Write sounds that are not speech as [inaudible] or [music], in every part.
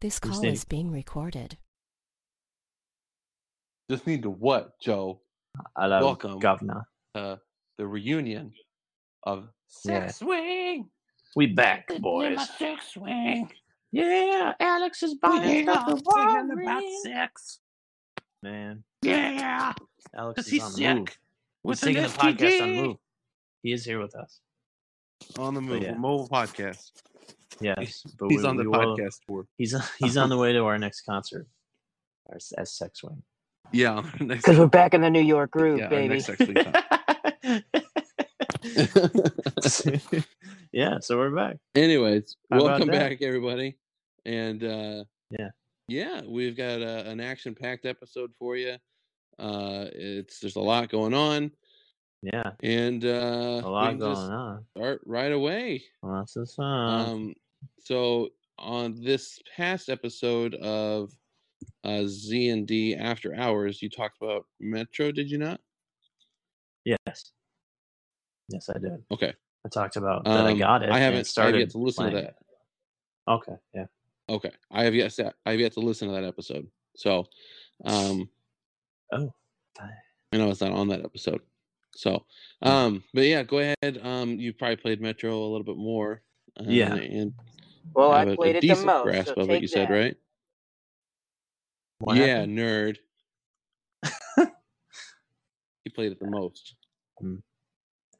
This Just call need- is being recorded. Just need to what, Joe? Hello, Welcome. governor. Uh, the reunion of Yeah. Six Wing. We back, The name boys. of Six Wing. Yeah, Alex is buying hang stuff on, at Walgreens. singing about sex. Man, Yeah. Alex 'Cause is he's on the sick move. with he's taking an the podcast on STD. move. He is here with us. On the move, yeah. mobile podcast. Yes, but Oh, He's we- on the we will- podcast tour. [laughs] He's he's on the way to our next concert. Our s- as sex [laughs] wing. Yeah, on our next, Because we're back in the New York groove, yeah, our baby. next sex Wing time. [laughs] [laughs] yeah, so we're back. [laughs] Anyways, How about welcome that? back, everybody. And uh, Yeah. yeah, we've got uh, an action-packed episode for you. Uh, it's there's a lot going on, Yeah, and uh, a we lot can going just on. Start right away. Lots of fun. Um, so on this past episode of uh, Z and D After Hours, you talked about Metro, did you not? yes, yes, I did. Okay, I talked about that I Um, got it. I and haven't- I have started yet to listen to playing that. it. Okay, yeah, okay. I have yet to, I have yet to listen to that episode. So, um, Oh. I know it's not on that episode. So, Oh. um, but yeah, go ahead. Um, you probably played Metro a little bit more. Uh, Yeah. and well, have I a- a played it the decent most. grasp So of take it. You said that. right? What yeah, happened? [laughs] nerd. he played it the most.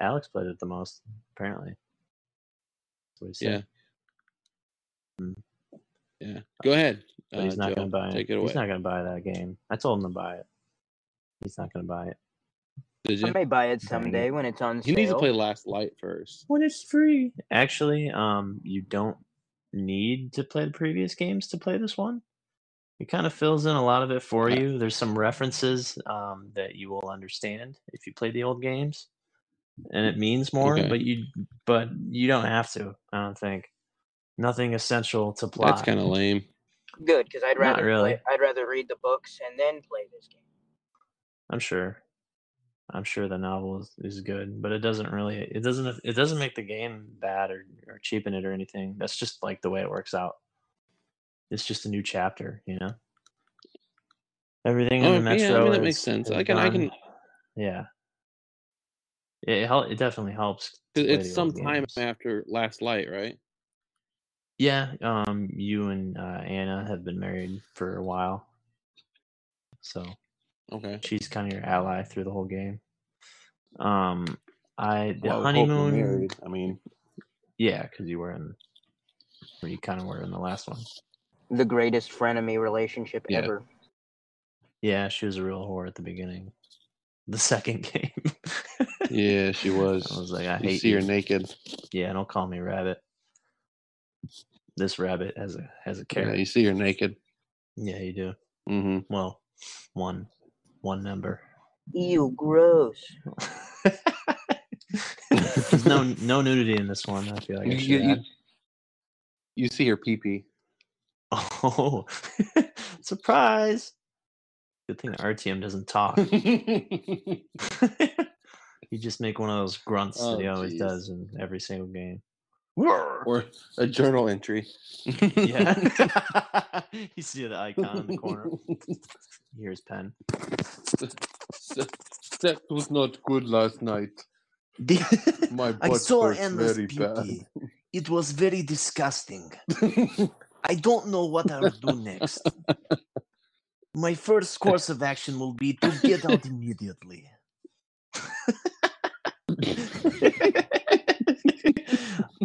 Alex played it the most apparently. That's what he Yeah. said. Yeah. Go ahead. Hmm. but he's uh, not Joe, going to buy it. Take it away. He's not going to buy that game. I told him to buy it. He's not going to buy it Did I you? may buy it it. someday when it's on He needs to sale. play Last Light first. when it's free. Actually, um, you don't need to play the previous games to play this one. It kind of fills in a lot of it for Okay. you. There's some references um, that you will understand if you play the old games, and it means more. Okay. But you, but you don't have to. I don't think. Nothing essential to plot. That's kind of lame. Good, because I'd Not rather really. play- I'd rather read the books and then play this game. I'm sure. I'm sure the novel is, is good, but it doesn't really it doesn't it doesn't make the game bad or, or cheapen it or anything. That's just like the way it works out. It's just a new chapter, you know. Everything in Oh, the yeah, I mean, metro. that makes is- sense. is I can- I done. can- Yeah. It hel- it definitely helps. to 'Cause play It's the old some time games. after Last Light, right? Yeah, um, you and uh, Anna have been married for a while, so Okay. she's kind of your ally through the whole game. Um, I the Well, I would hope we're honeymoon, married. I mean, yeah, because you were in, or you kind of were in the last one. The greatest frenemy relationship Yeah. ever. Yeah, she was a real whore at the beginning, [laughs] the second game. yeah, [laughs] she was. [laughs] I was like, I you hate see her you. naked. Yeah, don't call me rabbit. This rabbit has a has a Yeah, carrot. you see her naked. Yeah, you do. hmm Well, one, one [laughs] member. Ew, gross. [laughs] There's no no nudity in this one. I feel like I You, should you, add. you, you see her pee pee. [laughs] Oh, surprise! Good thing RTM doesn't [laughs] talk. yeah, you just make one of those grunts Oh, that he always jeez. does in every single [laughs] game. [gasps] Roar! [laughs] or a journal entry. Yeah. [laughs] [laughs] you see the icon in the corner. [laughs] Here's pen. Se- Sex was not good last night. [laughs] My butt hurts very bad. It was very disgusting. [laughs] I don't know what I will do [laughs] next. My first course of action will be to get out immediately.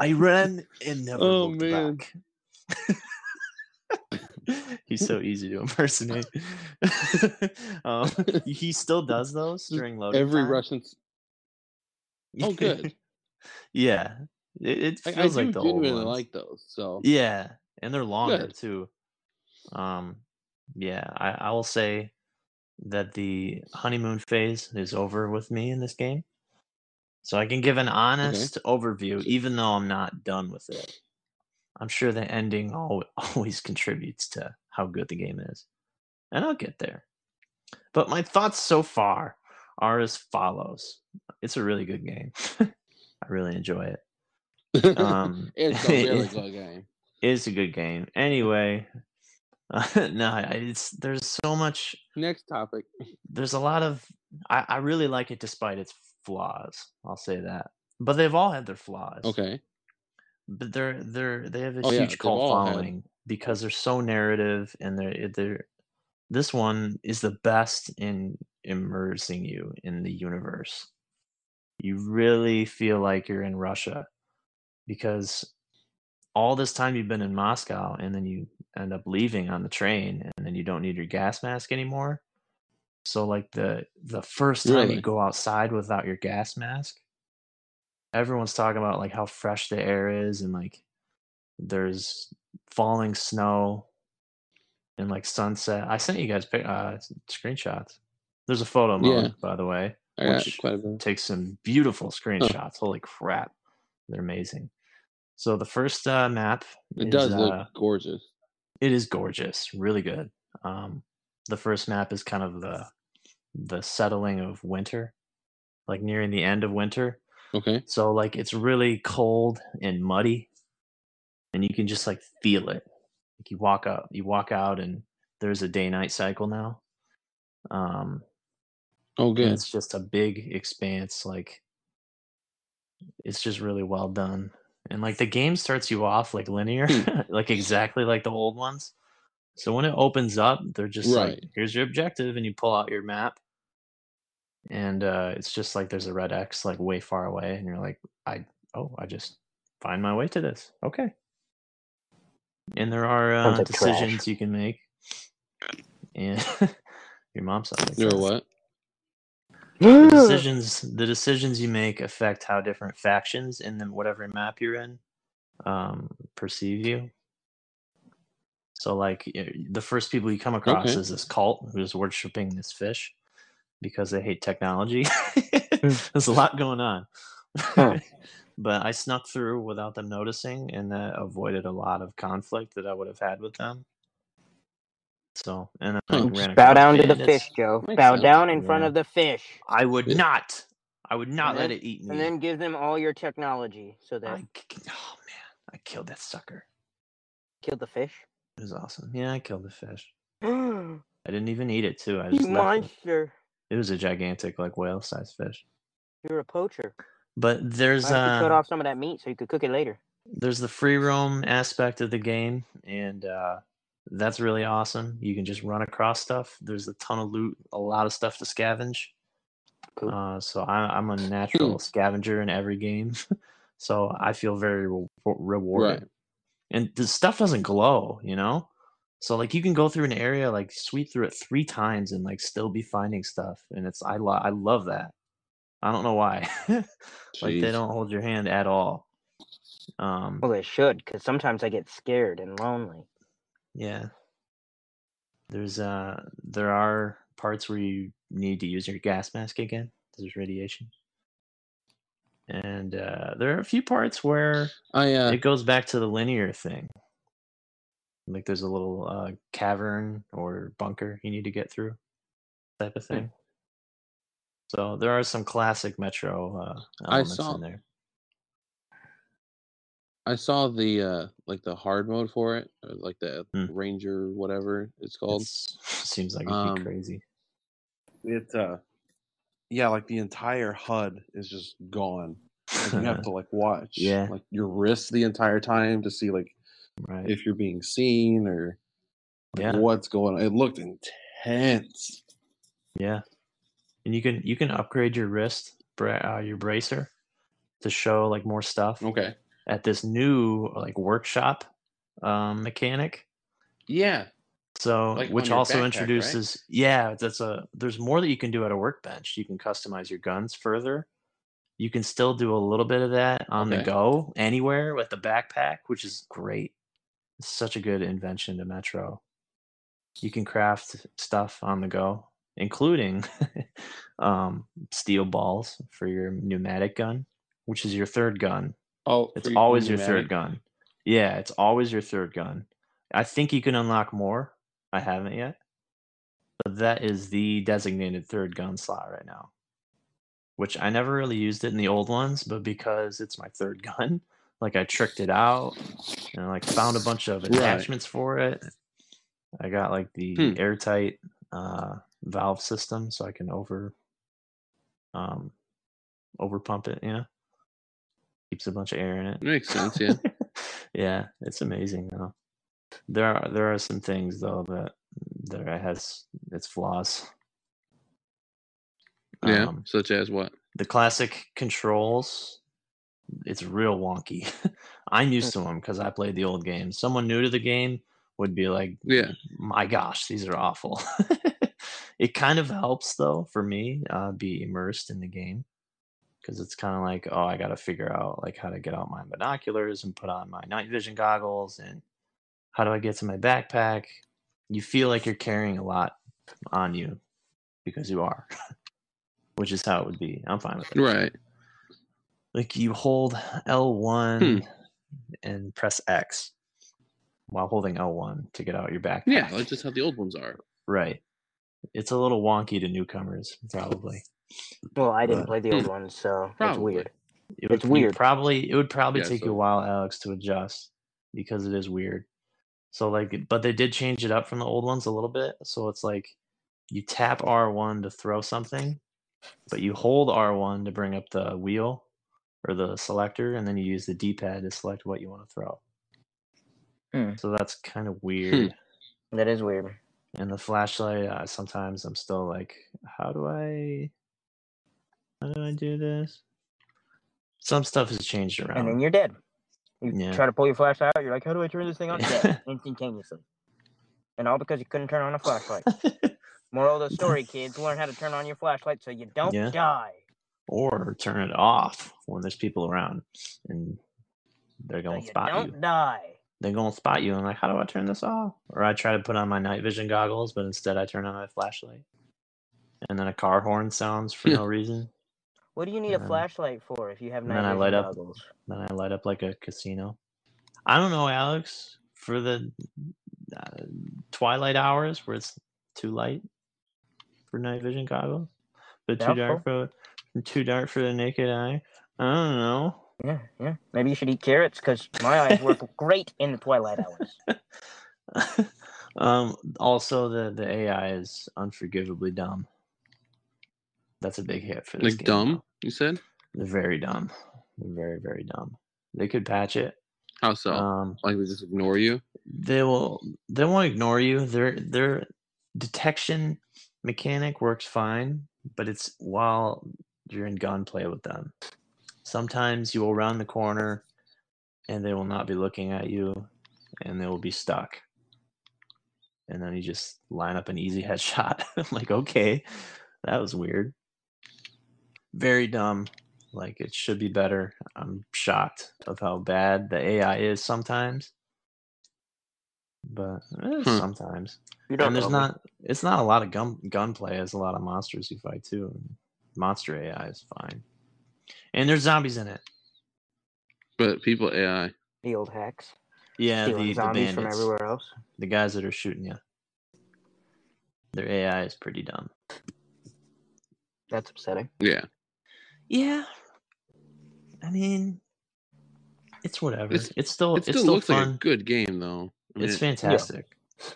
I ran [laughs] and never Oh, looked man. back. [laughs] He's so easy to impersonate. [laughs] um, he still does those during loading. Every time. Russian. s- Oh, good. [laughs] yeah, it, it I, I feels do like the old genuinely ones. like those. So Yeah, and they're longer Good. too. Um, yeah, I, I will say that the honeymoon phase is over with me in this game, so I can give an honest overview, even though I'm not done with it. I'm sure the ending al- [laughs] always contributes to how good the game is, and I'll get there. But my thoughts so far are as follows: It's a really good game. [laughs] I really enjoy [laughs] it. Um, [laughs] [laughs] it's a really good game. is a good game. Anyway, [laughs] no, I- it's there's so much. Next topic. There's a lot of. I, I really like it despite its flaws. I'll say that. But they've all had their flaws. Okay. But they're they're they have a Oh, yeah, huge they've cult all had- following because they're so narrative and they're they're. This one is the best in immersing you in the universe. You really feel like you're in Russia because all this time you've been in Moscow and then you end up leaving on the train and then you don't need your gas mask anymore. So like the the first time Really? you go outside without your gas mask, everyone's talking about like how fresh the air is and like there's falling snow and like sunset. I sent you guys pic- uh, screenshots. There's a photo mode, Yeah. by the way. I got Which- quite a bit. Take some beautiful screenshots. Holy crap, they're amazing. So the first uh, map It is, does uh, look gorgeous. it is gorgeous, really good. Um, the first map is kind of the the settling of winter, like nearing the end of winter. Okay. So like it's really cold and muddy, and you can just like feel it. Like you walk up, you walk out, and there's a day night cycle now. Um, Oh, and good. it's just a big expanse. Like it's just really well done, and like the game starts you off like linear, Hmm. [laughs] like exactly like the old ones. So when it opens up, they're just like, Right. "Here's your objective," and you pull out your map, and uh, it's just like there's a red X like way far away, and you're like, "I oh, I just find my way to this." Okay. And there are Sounds uh, like trash. decisions you can make, and [laughs] your mom sounds like You're that what? the decisions the decisions you make affect how different factions in the, whatever map you're in um, perceive you so like y- the first people you come across Okay. is this cult who's worshiping this fish because they hate technology Hmm. [laughs] there's a lot going on [laughs] but i snuck through without them noticing and that avoided a lot of conflict that i would have had with them so and then I Huh. ran Hmm. Just bow across down to the bandits. fish, Joe. Makes Bow sense. down in front Yeah. of the fish, I would Yeah. not. I would not And let then- it eat me. and then give them all your technology so that I, k- oh man, I killed that sucker. kill the fish. [gasps] It was awesome. Yeah, I killed the fish. you I didn't even eat it too. I just left it. monster! it was a gigantic, like whale-sized fish. You're a poacher. But there's Why don't you cut uh, off some of that meat so you could cook it later? there's the free roam aspect of the game, and uh, that's really awesome. You can just run across stuff. There's a ton of loot, a lot of stuff to scavenge. Cool. Uh, so I, I'm a natural scavenger in every game, [laughs] so I feel very re- rewarded. And the stuff doesn't glow, you know. So like you can go through an area, like sweep through it three times, and like still be finding stuff. And it's I lo- I love that. I don't know why. [laughs] like they Jeez. don't hold your hand at all. Um, Well, they should, because sometimes I get scared and lonely. Yeah. There's uh there are parts where you need to use your gas mask again. There's radiation. And uh there are a few parts where I uh, it goes back to the linear thing. Like there's a little uh cavern or bunker you need to get through type Hmm. of thing. So there are some classic metro uh I elements saw- in there. I saw the uh like the hard mode for it, or like the Hmm. Ranger whatever it's called. It's- [laughs] seems like it'd be Um, crazy. It uh yeah, like the entire HUD is just gone. Like you have to like watch Yeah. like your wrist the entire time to see like [laughs] right. if you're being seen or like, Yeah. what's going on. It looked intense. Yeah, and you can you can upgrade your wrist, bra- uh, your bracer, to show like more stuff Okay. at this new like workshop um, mechanic. Yeah. So, Like on which your backpack, also right? introduces, yeah, that's a. There's more that you can do at a workbench. You can customize your guns further. You can still do a little bit of that on the Okay. go, anywhere with the backpack, which is great. It's such a good invention to Metro. You can craft stuff on the go, including [laughs] um, steel balls for your pneumatic gun, which is your third gun Oh, it's for your always your pneumatic. third gun. Yeah, it's always your third gun. I think you can unlock more. I haven't yet. But that is the designated third gun slot right now. Which I never really used it in the old ones, but because it's my third gun, [laughs] like I tricked it out and like found a bunch of Right. attachments for it. I got like the Hmm. airtight uh, valve system, so I can over um over pump it. You know, keeps a bunch of air in it. Makes sense, yeah. [laughs] yeah, it's amazing though. There are there are some things though that that it has its flaws. Yeah. Um, Such as what? the classic controls it's real wonky [laughs] i'm used to them because i played the old game someone new to the game would be like Yeah. my gosh these are awful [laughs] it kind of helps though for me uh, be immersed in the game because it's kind of like oh i gotta figure out like how to get out my binoculars and put on my night vision goggles and how do i get to my backpack you feel like you're carrying a lot on you because you are [laughs] which is how it would be i'm fine with it Right. like you hold L1 Hmm. and press X while holding L1 to get out your backpack. Yeah. That's just how the old ones are. Right. It's a little wonky to newcomers, probably. Well, I didn't But- play the old one, so it's Probably. weird. It would It's you weird. Probably it would probably Yeah, take you so- a while, Alex, to adjust because it is weird. So like, but they did change it up from the old ones a little bit. So it's like you tap R1 to throw something, but you hold R1 to bring up the wheel or the selector, and then you use the D-pad to select what you want to throw. Hmm. So that's kind of weird. That is weird. And the flashlight, uh, sometimes I'm still like, how do I, how do I do this? Some stuff has changed And then around. you're dead. You Yeah. try to pull your flashlight out. You're like, how do I turn this thing on? [laughs] Dead instantaneously. And all because you couldn't turn on a flashlight. [laughs] Moral of the story, kids: learn how to turn on your flashlight so you don't Yeah. die. [laughs] or turn it off when there's people around and they're So gonna you spot don't you. die. They're gonna spot you and like, how do I turn this off? Or I try to put on my night vision goggles, but instead I turn on my flashlight. And then a car horn sounds for no reason. What do you need Yeah. a flashlight for if you have Um, And then I night vision light up. goggles? Then I light up like a casino. I don't know, Alex, for the uh, twilight hours where it's too light for night vision goggles, but too dark for too dark for the naked eye. I don't know. Yeah, yeah. Maybe you should eat carrots because my [laughs] eyes work great in the twilight hours. um also the the ai is unforgivably dumb that's a big hit for this Like game, dumb, though. you said? they're very dumb they're very very dumb they could patch it How so? um like they just ignore you? they will they won't ignore you their their detection mechanic works fine but it's while you're in gunplay with them sometimes you will round the corner and they will not be looking at you and they will be stuck and then you just line up an easy [laughs] headshot i'm like okay that was weird very dumb like it should be better i'm shocked of how bad the ai is sometimes but eh, Hmm. sometimes You and there's not it's not a lot of gun gunplay it's a lot of monsters you fight too and monster ai is fine and there's zombies in it But people AI. the old hacks yeah stealing the, the zombies from bandits everywhere else. the guys that are shooting you their ai is pretty dumb That's upsetting. Yeah. yeah i mean it's whatever it's, It's- still It it's still, still looks like a fun good game though. I mean, it's it- fantastic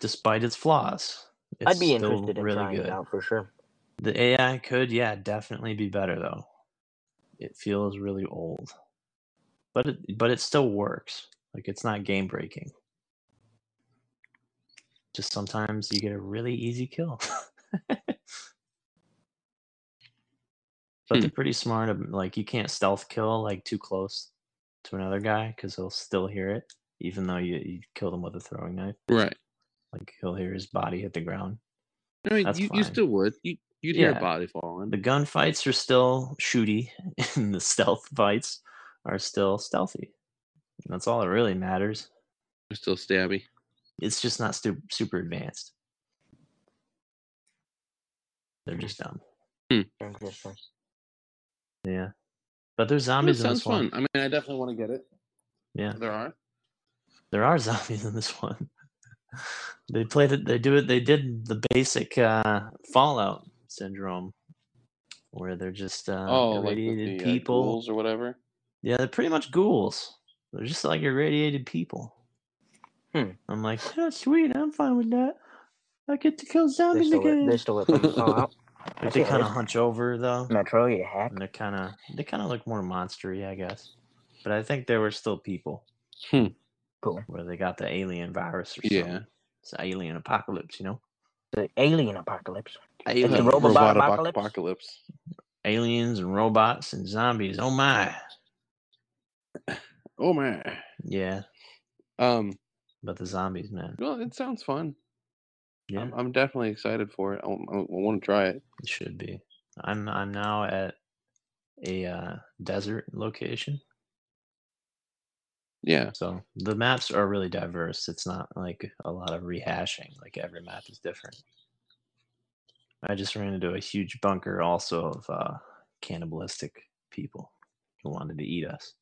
despite its flaws it's I'd be still interested in trying it out for sure. The AI could, yeah, definitely be better though. It feels really old, but it but it still works. Like it's not game breaking. Just sometimes you get a really easy kill. [laughs] but they're pretty smart. ab- Like you can't stealth kill like too close to another guy because he'll still hear it, even though you you killed him with a throwing knife. right. Like he'll hear his body hit the ground. I mean That's you, you fine. still would. You you'd hear Yeah. a body falling. The gunfights are still shooty, [laughs] and the stealth fights are still stealthy. And that's all that really matters. They're still stabby. It's just not stu- super advanced. They're just dumb. Interesting. Yeah. But there's That zombies in sounds this one. fun. I mean I definitely want to get [laughs] it. Yeah. Uh, There are. There are [laughs] zombies in this one. they played it. They do it. They did the basic uh, Fallout syndrome, where they're just uh, oh like with irradiated the, uh, people. ghouls or whatever. Yeah, they're pretty much ghouls. They're just like irradiated people. Hmm. I'm like, that's sweet. I'm fine with that. I get to kill They zombies still, let, again. they still let them [laughs] fall out. Like, they kind of hunch over though, Metro, you hack. and they kind of they kind of look more monstery, I guess. But I think they were still people. Hmm. Cool. Where they got the alien virus or Yeah. something. It's an alien apocalypse, you know. The alien apocalypse. Alien, It's a Uh, robot apoc- apocalypse? apocalypse. aliens and robots and zombies. Oh my. Oh man. Yeah, Um. but the zombies, man. Well, it sounds fun. Yeah, I'm, I'm definitely excited for it. I, want to try it. it should be. I'm I'm now at a uh, desert location, Yeah. so the maps are really diverse. It's not like a lot of rehashing. Like every map is different. I just ran into a huge bunker also of uh, cannibalistic people who wanted to eat us.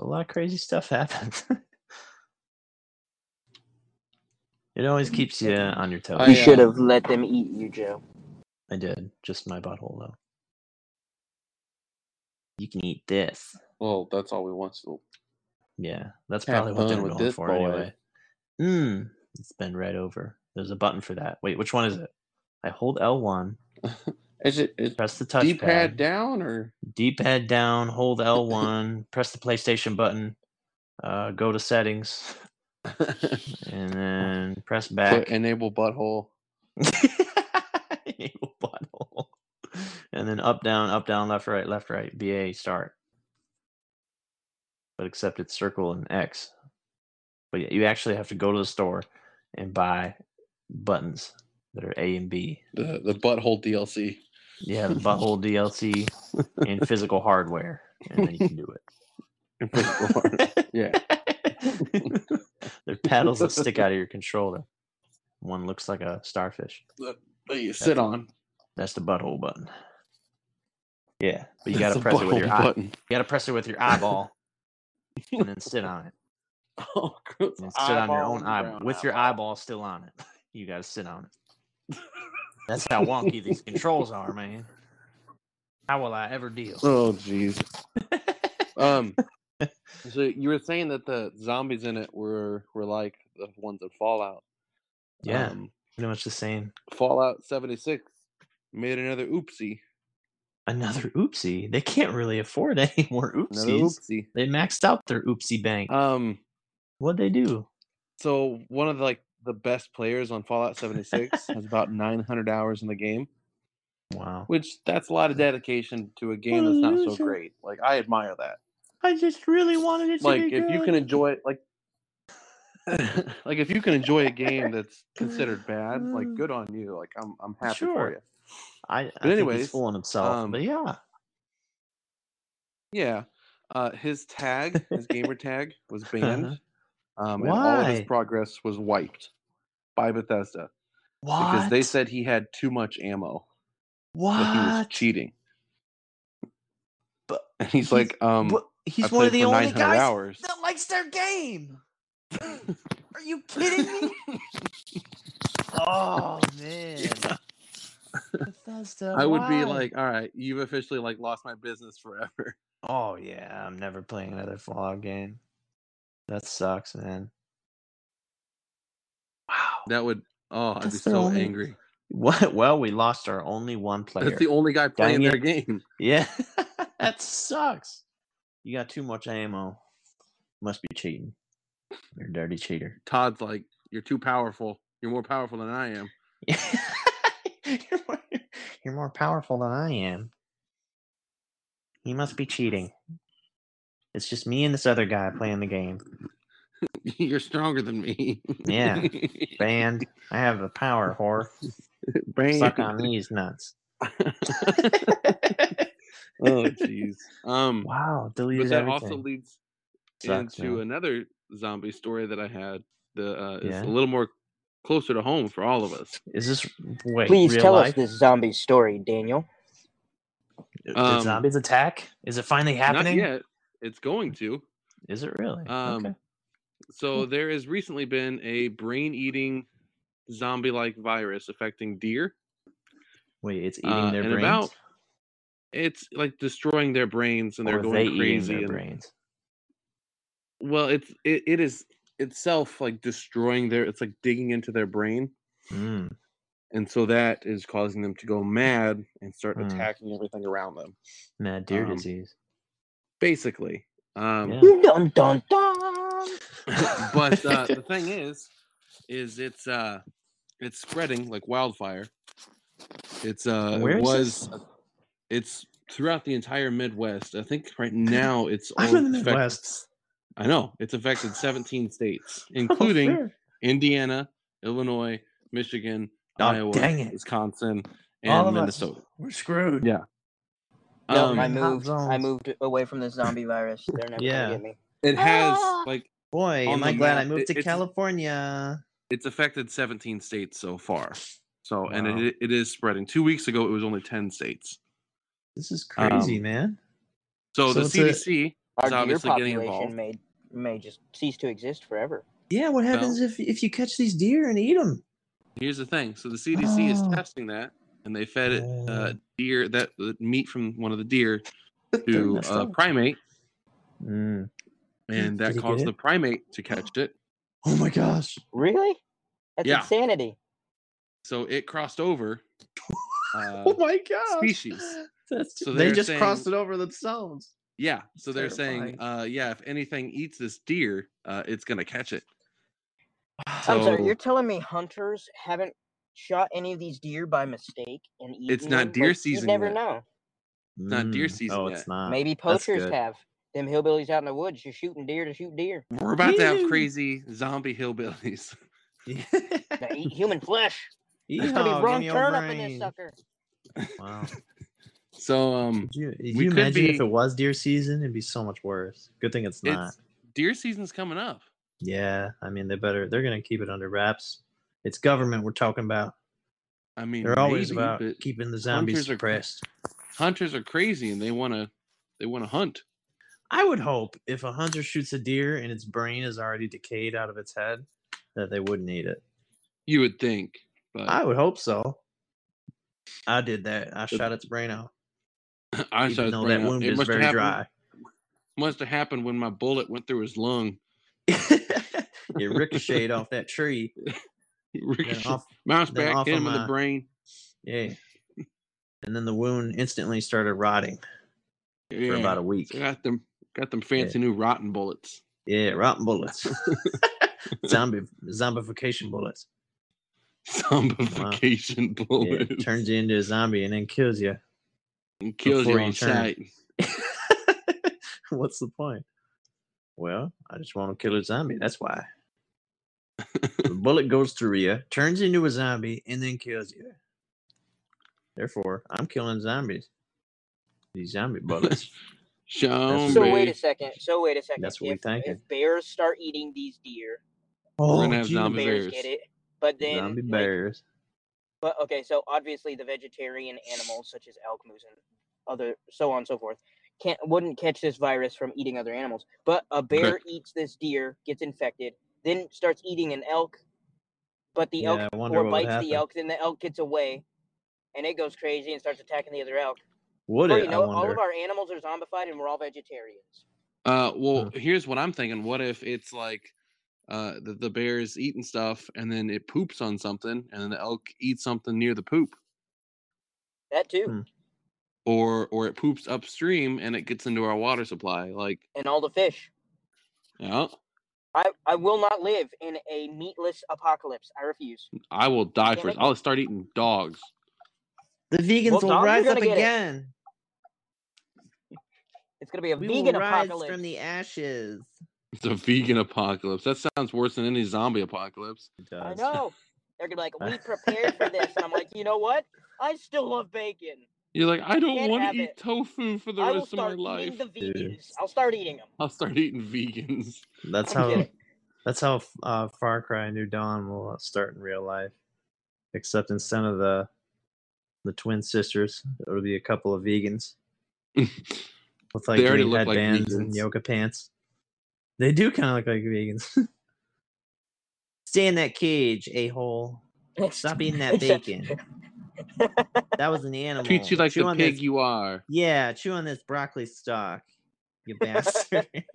A lot of crazy stuff [laughs] happens. it always keeps you on your toes. I, You uh, should have let them eat you, Joe. I did. Just my butthole, though. You can eat this. Well, that's all we want. So Yeah, that's Have probably what fun they're with going this for boy. anyway. Mmm, it's been right over. There's a button for that. Wait, which one is it? I hold L1, is it is press the D pad touchpad, [laughs] down or D-pad down, [laughs] hold L1, press the PlayStation button, uh, go to settings, and then press Put back. enable butthole? [laughs] Enable butthole. And then up, down, up, down, left, right, left, right, BA, start. But except it's circle and X. But yeah, you actually have to go to the store and buy buttons that are A and B. The the butthole DLC. Yeah, the butthole DLC and physical hardware. And then you can do it. [laughs] [laughs] yeah. They're paddles that stick out of your controller. One looks like a starfish. That you sit on. That's the butthole button. Yeah, but you gotta That's the press it with butthole your eye. button. You gotta press it with your eyeball, and then sit on [laughs] it. [laughs] Oh, gross. And sit on your own Eyeball eye around with your eyeball still on it. [laughs] You gotta sit on it. [laughs] That's how wonky these controls are, man. How will I ever deal? Oh, jeez. [laughs] um. So you were saying that the zombies in it were were like the ones in Fallout. Yeah, Um, pretty much the same. Fallout 76 made another oopsie. Another oopsie. They can't really afford [laughs] any more oopsies. Another oopsie. They maxed out their oopsie bank. Um, What'd they do? so one of the, like the best players on Fallout 76 [laughs] has about 900 hours in the game, Wow. which that's a lot of dedication to a game What a that's not so loser. great. Like I admire that. I just really wanted it Like if you can enjoy like [laughs] like if you can enjoy a game that's considered bad, like good on you. Like I'm I'm happy Mm. Sure. for you. I, I think anyways, he's fooling himself. um, but yeah, Yeah. Uh, his tag, his gamer tag, was banned, um, and all of his Uh-huh. Why? progress was wiped by Bethesda what? because they said he had too much ammo. what? that he was cheating. But And he's, he's- like, um, But I he's played one of the for only 900 guys hours. that likes their [laughs] game. Are you kidding me? oh man, Yeah. Bethesda, I would why? be like, all right, you've officially like lost my business forever. oh yeah, I'm never playing another Fallout game. That sucks, man. Wow. That would, oh, I'd be That's their so only angry. What? Well, we lost our only one player. That's the only guy playing Dang it. their game. [laughs] Yeah, [laughs] that sucks. You got too much ammo. Must be cheating. You're a dirty cheater. [laughs] Todd's like, you're too powerful. You're more powerful than I am. [laughs] you're, more, you're more powerful than I am. He must be cheating. It's just me and this other guy playing the game. you're stronger than me. [laughs] Yeah, banned. I have the power, [laughs] whore. Bang. Suck on these nuts. [laughs] oh, jeez. Um, Wow, but deleted that everything. also leads Sucks, into man. another zombie story that I had. The uh, Yeah. is a little more closer to home for all of us. Is this wait? Please real tell life? Oh. us this zombie story, Daniel. Did Um, zombies attack? Is it finally happening? Not yet. It's going to. Is it really? Um, okay. So there has recently been a brain-eating zombie-like virus affecting deer. Wait, it's eating uh, their and brains. about- It's like destroying their brains, and or they're are going they eating crazy. their and- brains. well, it's it, it is itself like destroying their it's like digging into their brain Mm, and so that is causing them to go mad and start Hmm. attacking everything around them mad deer Um, disease. basically um Yeah. Dun dun dun. [laughs] [laughs] but uh, the thing is, is it's uh, it's spreading like wildfire. It's uh, Where it is was, it's throughout the entire Midwest. I think [laughs] right now it's. I'm in all the affected- Midwest. [laughs] Oh, I know it's affected 17 states, including Indiana, Illinois, Michigan, Oh, Iowa, dang it. Wisconsin, All and of us. Minnesota. We're screwed. Yeah. No, Um, I I'm- hot moved. I zones. moved away from the zombie virus. They're never Yeah. gonna get me. it has Ah. like Boy, On am I the glad I map, moved it- to it's- California. it's affected 17 states so far. So and Wow. it, it is spreading. Two weeks ago, it was only 10 states. This is Um, crazy, man. So, So the it's a- CDC. Our It's deer obviously getting population involved. may may just cease to exist forever. Yeah, what happens if if you catch these deer and eat [laughs] them? Here's the thing. So the CDC Oh. is testing that, and they fed it uh, Oh. deer that the meat from one of the deer to uh, messed a up. primate, Mm. and Did it that get caused the it? primate to catch it. Oh my gosh! Really? That's Yeah. insanity. So it [laughs] crossed over uh, Oh my gosh! species. [laughs] That's, So they they're just saying- crossed it over themselves. Yeah. So they're saying, Terrifying. uh, yeah, if anything eats this deer, uh, it's gonna catch it. I'm sorry. So- You're telling me hunters haven't shot any of these deer by mistake and eaten It's not them? deer Like, season You never yet. know. not deer Mm. season Oh, yet. it's not. Maybe poachers good. have them hillbillies out in the woods just shooting deer to shoot deer. We're about to have Woo. crazy zombie hillbillies. [laughs] [laughs] They eat human flesh. There's gonna Yeehaw, be wrong give me turn your up in this brain. sucker. Wow. So [laughs] um, Could you, could We you could imagine if be- it was deer season? It'd be so much worse. Good thing it's not. it's deer season's coming up. Yeah, I mean they better. They're gonna keep it under wraps. It's government we're talking about. I mean, They're always maybe, about but- keeping the zombies hunters are- suppressed. hunters are crazy and they want to they want to hunt I would hope if a hunter shoots a deer and its brain is already decayed out of its head, that they wouldn't eat it. you would think but I would hope so. I did that. I shot its brain out, [laughs] i even shot though his brain that out. wound it is must have very happened, dry. [laughs] must have happened when my bullet went through his lung [laughs] it ricocheted off that tree. Then Ricochet- off, [laughs] mouse then back off hit of him in my- the brain yeah. And then the wound instantly started rotting yeah. for about a week. got them got them fancy new rotten bullets Yeah, rotten [laughs] bullets. [laughs] Zombie zombification bullets. zombification [laughs] Yeah, bullets turns you into a zombie and then kills you. [laughs] and kills you before you on turn. sight What's the point? Well, I just want to kill a zombie. That's why. the [laughs] bullet goes through you, turns you into a zombie, and then kills you. Therefore, I'm killing zombies. These zombie bullets. Sean That's So what- wait a Ray, second. So wait a second. That's what we if, thinking. if bears start eating these deer, We're gonna Oh, have gee, the [laughs] zombie bears, bears. get it. But [laughs] then zombie like, bears. But okay, so obviously the vegetarian animals such as elk, moose, and other so on and so forth can't wouldn't catch this virus from eating other animals. But a bear eats this deer, gets infected, then starts eating an elk, but the Yeah, elk I wonder or what would bites the happen. elk, then the elk gets away, and it goes crazy and starts attacking the other elk. Would Well, it? you know, I all wonder. of our animals are zombified and we're all vegetarians. uh Huh. well here's what i'm thinking what if it's like uh the, the bear's eating stuff and then it poops on something and then the elk eats something near the poop That too, Hmm. or or it poops upstream and it gets into our water supply. Like, and all the fish. yeah, I, I will not live in a meatless apocalypse. I refuse. I will die Damn first. it. I'll start eating dogs. The vegans Well, will dogs are rise up gonna get it. again. It's gonna be a We vegan will rise apocalypse. from the ashes. It's a vegan apocalypse. That sounds worse than any zombie apocalypse. It I does. know. They're gonna be like, we prepared for this, and I'm [laughs] like, you know what? I still love bacon. You're like, I don't Can't want have to eat it. tofu for the I will rest of my start life. eating the Dude. vegans. I'll start eating them. I'll start eating vegans. That's [laughs] I get how it. That's how uh, Far Cry New Dawn will uh, start in real life, except instead of the the twin sisters, it'll be a couple of vegans [laughs] with like They already green look like headbands and vegans. yoga pants. They do kind of look like vegans. [laughs] Stay in that cage, a hole. [laughs] Stop eating [laughs] that Except- bacon. That was an animal. Treat you like chew the on pig This, [laughs] you are. yeah, chew on this broccoli stalk, you bastard. [laughs]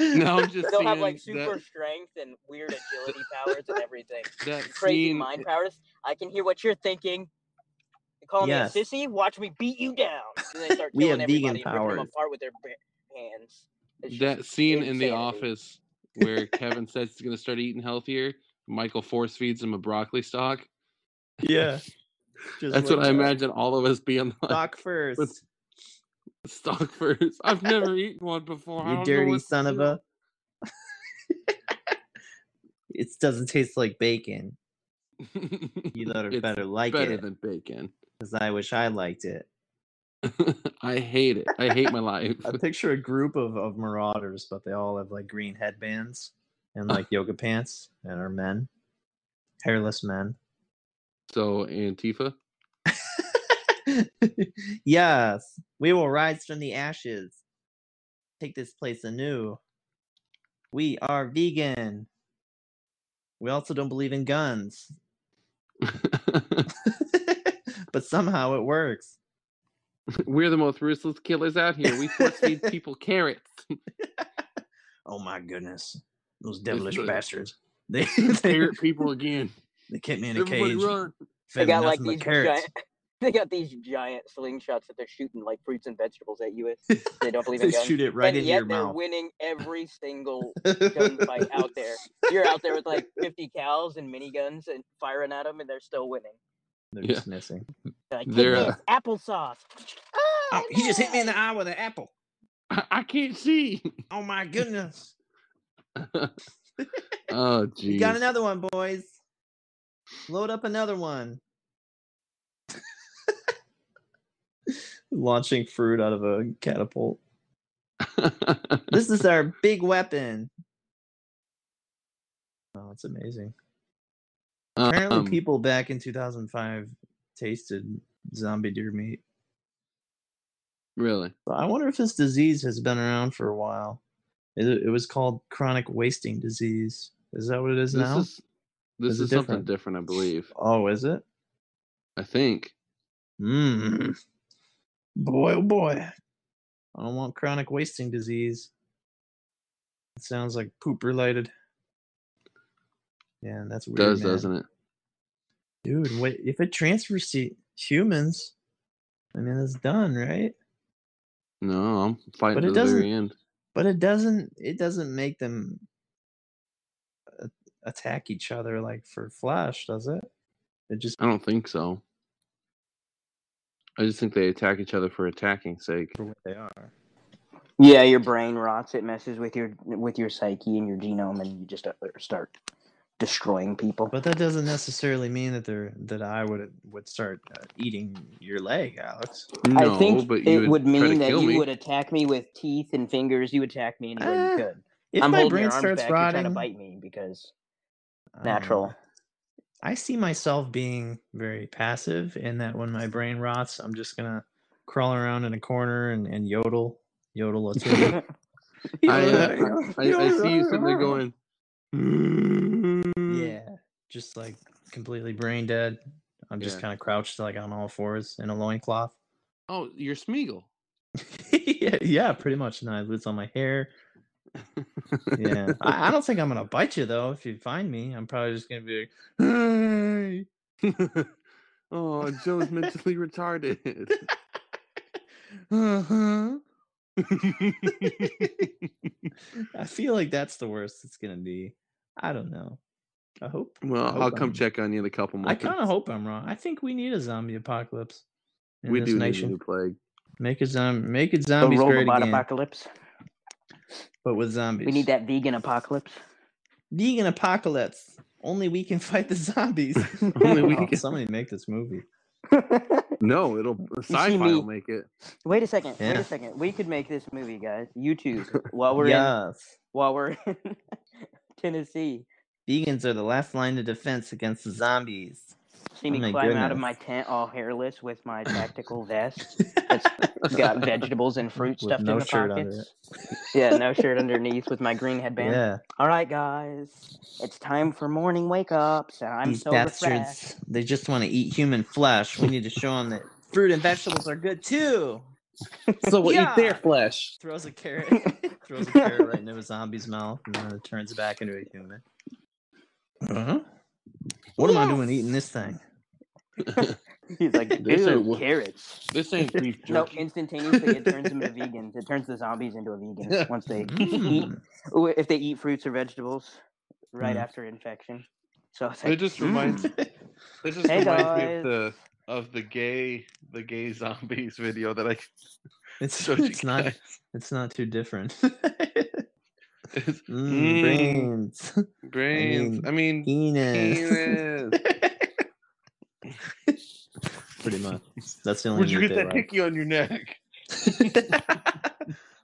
No, I'm just They'll have saying like that- super strength and weird [laughs] agility powers and everything. that Crazy scene- mind powers. I can hear what you're thinking. You call Yes. me a sissy. Watch me beat you down. And they start [laughs] We killing have vegan everybody and ripping them powers. apart with their bare hands. It's just that scene in the insanity. office where Kevin says he's gonna start eating healthier, Michael force feeds him a broccoli stalk. [laughs] yeah. Just That's what like I that. imagine all of us being like Stock first. [laughs] With- stalk first. I've never eaten one before. I you don't know dirty what to son of do." a. [laughs] it doesn't taste like bacon. [laughs] You better It's better like better it than bacon. [laughs] because I wish I liked it. I hate it. I hate my life. [laughs] [laughs] I picture a group of, of marauders, but they all have like green headbands and [laughs] like yoga pants and are men, hairless men. So Antifa. [laughs] [laughs] yes, we will rise from the ashes, take this place anew. We are vegan. We also don't believe in guns, [laughs] but somehow it works. We're the most ruthless killers out here. We force [laughs] feed people carrots. Oh my goodness, those devilish devilish the- bastards! [laughs] They they, Carrot people again. they kept me in a Everybody cage. run. [laughs] They fed me got like nothing but these carrots. giant. [laughs] They got these giant slingshots that they're shooting like fruits and vegetables at you with. [laughs] They don't believe in they guns. shoot it right and into yet your they're mouth. winning [laughs] every single gunfight out there. You're out there with like 50 cows and miniguns and firing at them, and they're still winning. They're Yeah. just missing. They're like, "Take They're, this, applesauce. Ah! Oh, he just hit me in the eye with an apple. I, I can't see. [laughs] Oh my goodness. Oh, We geez. got another one, boys. Load up another one. Launching fruit out of a catapult. [laughs] This is our big weapon. Oh, it's amazing. Apparently, Um, people back in 2005 tasted zombie deer meat. Really? So I wonder if this disease has been around for a while. It, it was called chronic wasting disease. Is that what it is This now? is this Is is, it something different? different, I believe. Oh, is it? I think. Mmm. Boy, oh boy. I don't want chronic wasting disease. It sounds like poop related. Yeah, that's weird. does, man. doesn't it? Dude, wait, if it transfers to humans, I mean, it's done, right? No, I'm fighting But to it the doesn't- very end. But it doesn't. It doesn't make them a- attack each other like for flesh, does it? It just I don't think so. I just think they attack each other for attacking sake. for what they are. Yeah, your brain rots. It messes with your with your psyche and your genome, and you just uh, start destroying people. But that doesn't necessarily mean that they're that I would would start uh, eating your leg, Alex. No, I think but you it would try to mean that kill you me. would attack me with teeth and fingers. You attack me any way Uh, you could. If I'm my holding brain your arms starts back. You're rotting, Oh, trying to bite me because I don't know. [laughs] natural. I see myself being very passive in that when my brain rots, I'm just gonna crawl around in a corner and, and yodel, [laughs] yodel a tune. [laughs] [laughs] I, uh, I, I, I see you sitting [laughs] there going, "Hmm." yeah, just like completely brain dead. I'm just Yeah. kind of crouched like on all fours in a loincloth. [laughs] "Oh, you're Smeagol." yeah, yeah, pretty much. And then I lose all my hair. Yeah, [laughs] I, I don't think I'm gonna bite you though. If you find me, I'm probably just gonna be like, [laughs] oh, Joe's mentally retarded. "Hey." uh-huh. I feel like that's the worst it's gonna be. I don't know. I hope. [laughs] well, I hope I'll come I'm- check on you in a couple I months. kind of hope I'm wrong. I think we need a zombie apocalypse. in we this do need a nation. new plague. Make a zombie. Make it [laughs] The zombies great robot again, apocalypse. but with zombies. We need that vegan apocalypse. vegan apocalypse. Only we can [laughs] fight the zombies. [laughs] Only we Oh, can- somebody make this movie. No, it'll sci-fi will me. make it. [laughs] Wait a second. Wait Yeah. a second. We could make this movie, guys. You two, [laughs] while we're in, yes, while we're [laughs] in Tennessee, vegans are the last line of defense against the zombies. see Oh me my climb out of goodness. my tent all hairless with [laughs] my tactical vest that's got vegetables and fruit With stuffed no in the shirt under pockets. [laughs] Yeah, no shirt underneath with my green headband. Yeah, All right, guys, it's time for morning wake ups, and I'm these so bastards. refreshed. [laughs] They just want to eat human flesh. We need to show them that fruit and vegetables are good too. So we'll eat their Yeah. flesh. Throws a carrot, [laughs] throws a carrot right into a zombie's mouth, and then it turns back into a human. Uh-huh. What am I doing eating this thing? He's like, This ew, ain't wo- carrots. This [laughs] ain't beef No, jerky. instantaneously it turns [laughs] them into vegans. It turns the zombies into a vegan once they eat Mm. Ooh, if they eat fruits or vegetables right Mm. after infection. So it's It like, [laughs] just reminds "Mm, This just Hey, reminds me guys. of the of the gay the gay zombies video that I [laughs] It's showed you it's not guys. it's not too different. [laughs] Hmm, It's Mm, brains, Brains. I mean, [laughs] penis. penis. Pretty much. That's the only. Where'd you thing get they that hickey on your neck? like.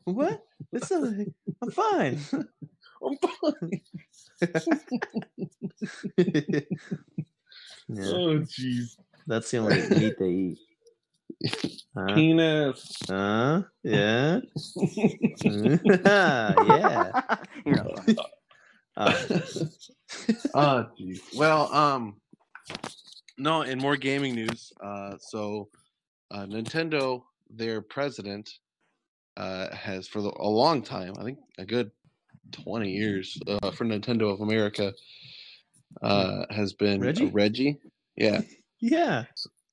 what? It's a, I'm fine. [laughs] I'm fine. [laughs] yeah, Oh jeez. that's the only meat they eat. Huh? Penis. Huh? [laughs] Yeah. yeah. You're not funny. Uh, Oh jeez. Well, um no, and more gaming news. Uh so uh Nintendo, their president, uh has for the, a long time, I think a good 20 years uh for Nintendo of America uh has been Reggie? Reggie. Yeah. yeah.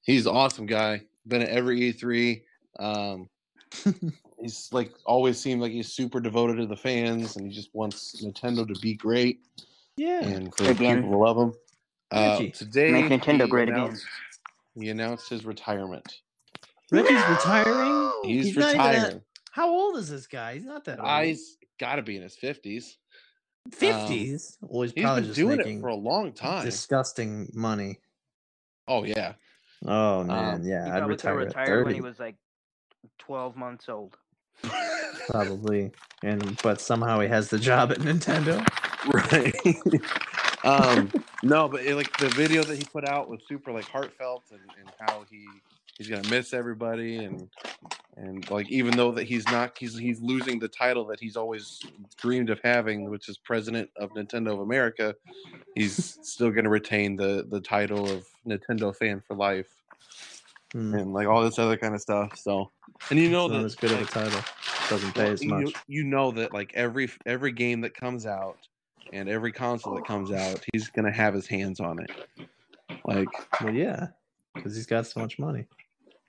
he's an awesome guy. Been at every E3. Um, he's like always seemed like he's super devoted to the fans, and he just wants Nintendo to be great Yeah. and for Again. people to love him. Uh, Reggie. today, Make Nintendo he great again. announced- He announced his retirement. Reggie's retiring. He's, Oh, not even that- retiring. how old is this guy? He's not that old. He's got to be in his fifties. 50s. well, he's um, He's probably been just doing making it for a long [laughs] time. disgusting money. Oh yeah, Oh man, Um, He yeah, I'd probably retire retired at 30, when he was like 12 months old. probably. And but somehow he has the job at Nintendo. right. [laughs] um, no, but it, like the video that he put out was super like heartfelt and, and how he he's gonna miss everybody and and like even though that he's not he's he's losing the title that he's always dreamed of having, which is president of Nintendo of America, he's still gonna retain the the title of Nintendo fan for life Hmm, and like all this other kind of stuff. So and you know it's not that as good of a like, title. Doesn't pay well, as you- much. You, know that like every every game that comes out and every console that comes out, he's gonna have his hands on it. Like, Well, yeah, because he's got so much money.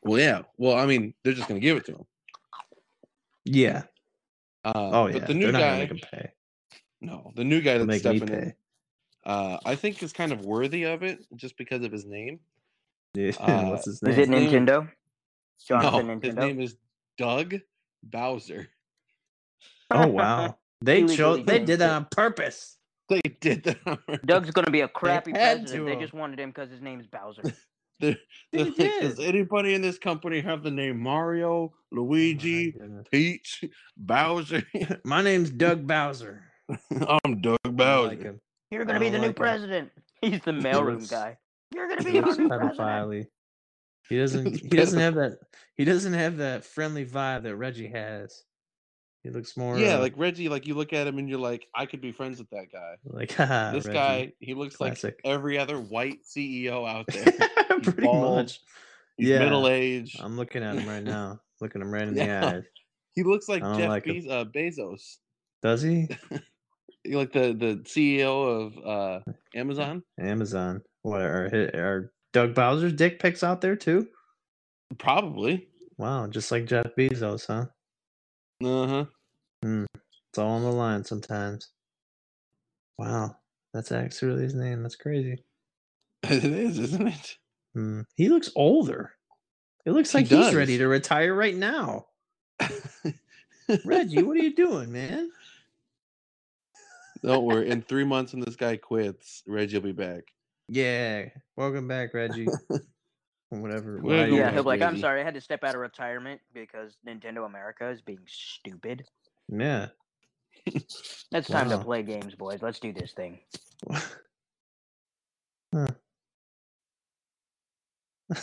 well, yeah. Well, I mean, they're just gonna give it to him. Yeah. Uh, Oh yeah. But the new They're not gonna guy, make him pay. no, the new guy They'll that's make E me stepping in, pay. [laughs] uh, I think is kind of worthy of it just because of his name. Yeah. Uh, What's his Is it name? name- Nintendo? Jonathan no, his Nintendo. name is Doug Bowser. [laughs] Oh wow. They Illegally chose. They named did it. that on purpose. They did that. on purpose. [laughs] Doug's going to be a crappy had president. to They him. just wanted him because his name's [laughs] Bowser. [laughs] They Like, did. Does anybody in this company have the name Mario, Luigi, Oh, my goodness. Peach, Bowser? [laughs] My name's Doug Bowser. I'm Doug I Bowser. like him. You're I going to be don't the new like him. president. [laughs] He's the mailroom looks- guy. You're going to He be our [laughs] looks new president. pedophile-y. He doesn't. He's He doesn't have that. He doesn't have that friendly vibe that Reggie has. He looks more. yeah, uh, like Reggie, like you look at him and you're like, I could be friends with that guy. like [laughs] haha, this Reggie. guy, he looks Classic. like every other white CEO [laughs] out there. [laughs] he's Pretty bald, much. He's Yeah. Um, middle aged. I'm looking at him [laughs] right now. Looking him right in Yeah. the eyes. he looks like I don't Jeff like him. Be- uh, Bezos. Does he? He like the the CEO of [laughs] uh, Amazon. Amazon. What are hi- are Doug Bowser's dick pics out there too? Probably. Wow, just like Jeff Bezos, huh? Uh huh. It's all on the line sometimes. Wow, that's actually his name. That's crazy. [laughs] it is, isn't it? Mm, he looks older. It looks He like he's ready does. to retire right [laughs] now. Reggie, what are you doing, man? Don't worry. In three months, when this guy quits, Reggie will be back. Yeah, welcome back, [laughs] Reggie. Or Whatever. We're why the you- Yeah, Right, he'll be like, I'm Brady. sorry, I had to step out of retirement because Nintendo America is being stupid. Yeah. It's time Wow. to play games, boys. Let's do this thing. [laughs] Huh. [laughs]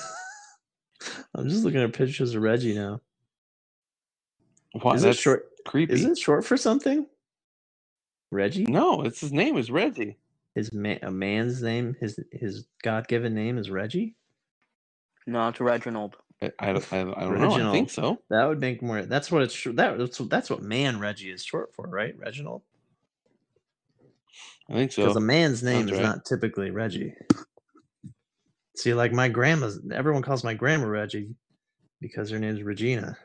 I'm just looking at pictures of Reggie now. Why? is it that's short? creepy. Is it short for something? Reggie? No, it's his name is Reggie. His ma- a man's name. His his God given name is Reggie. No, it's Reginald. I, I, don't- I, don't- I don't know. I Original. think so. That would make more. That's what it's. sh- That, that's what- that's what man Reggie is short for, right? Reginald, I think so. because a man's name sounds is right. not typically Reggie. See, like my grandma's. Everyone calls my grandma Reggie because her name's Regina.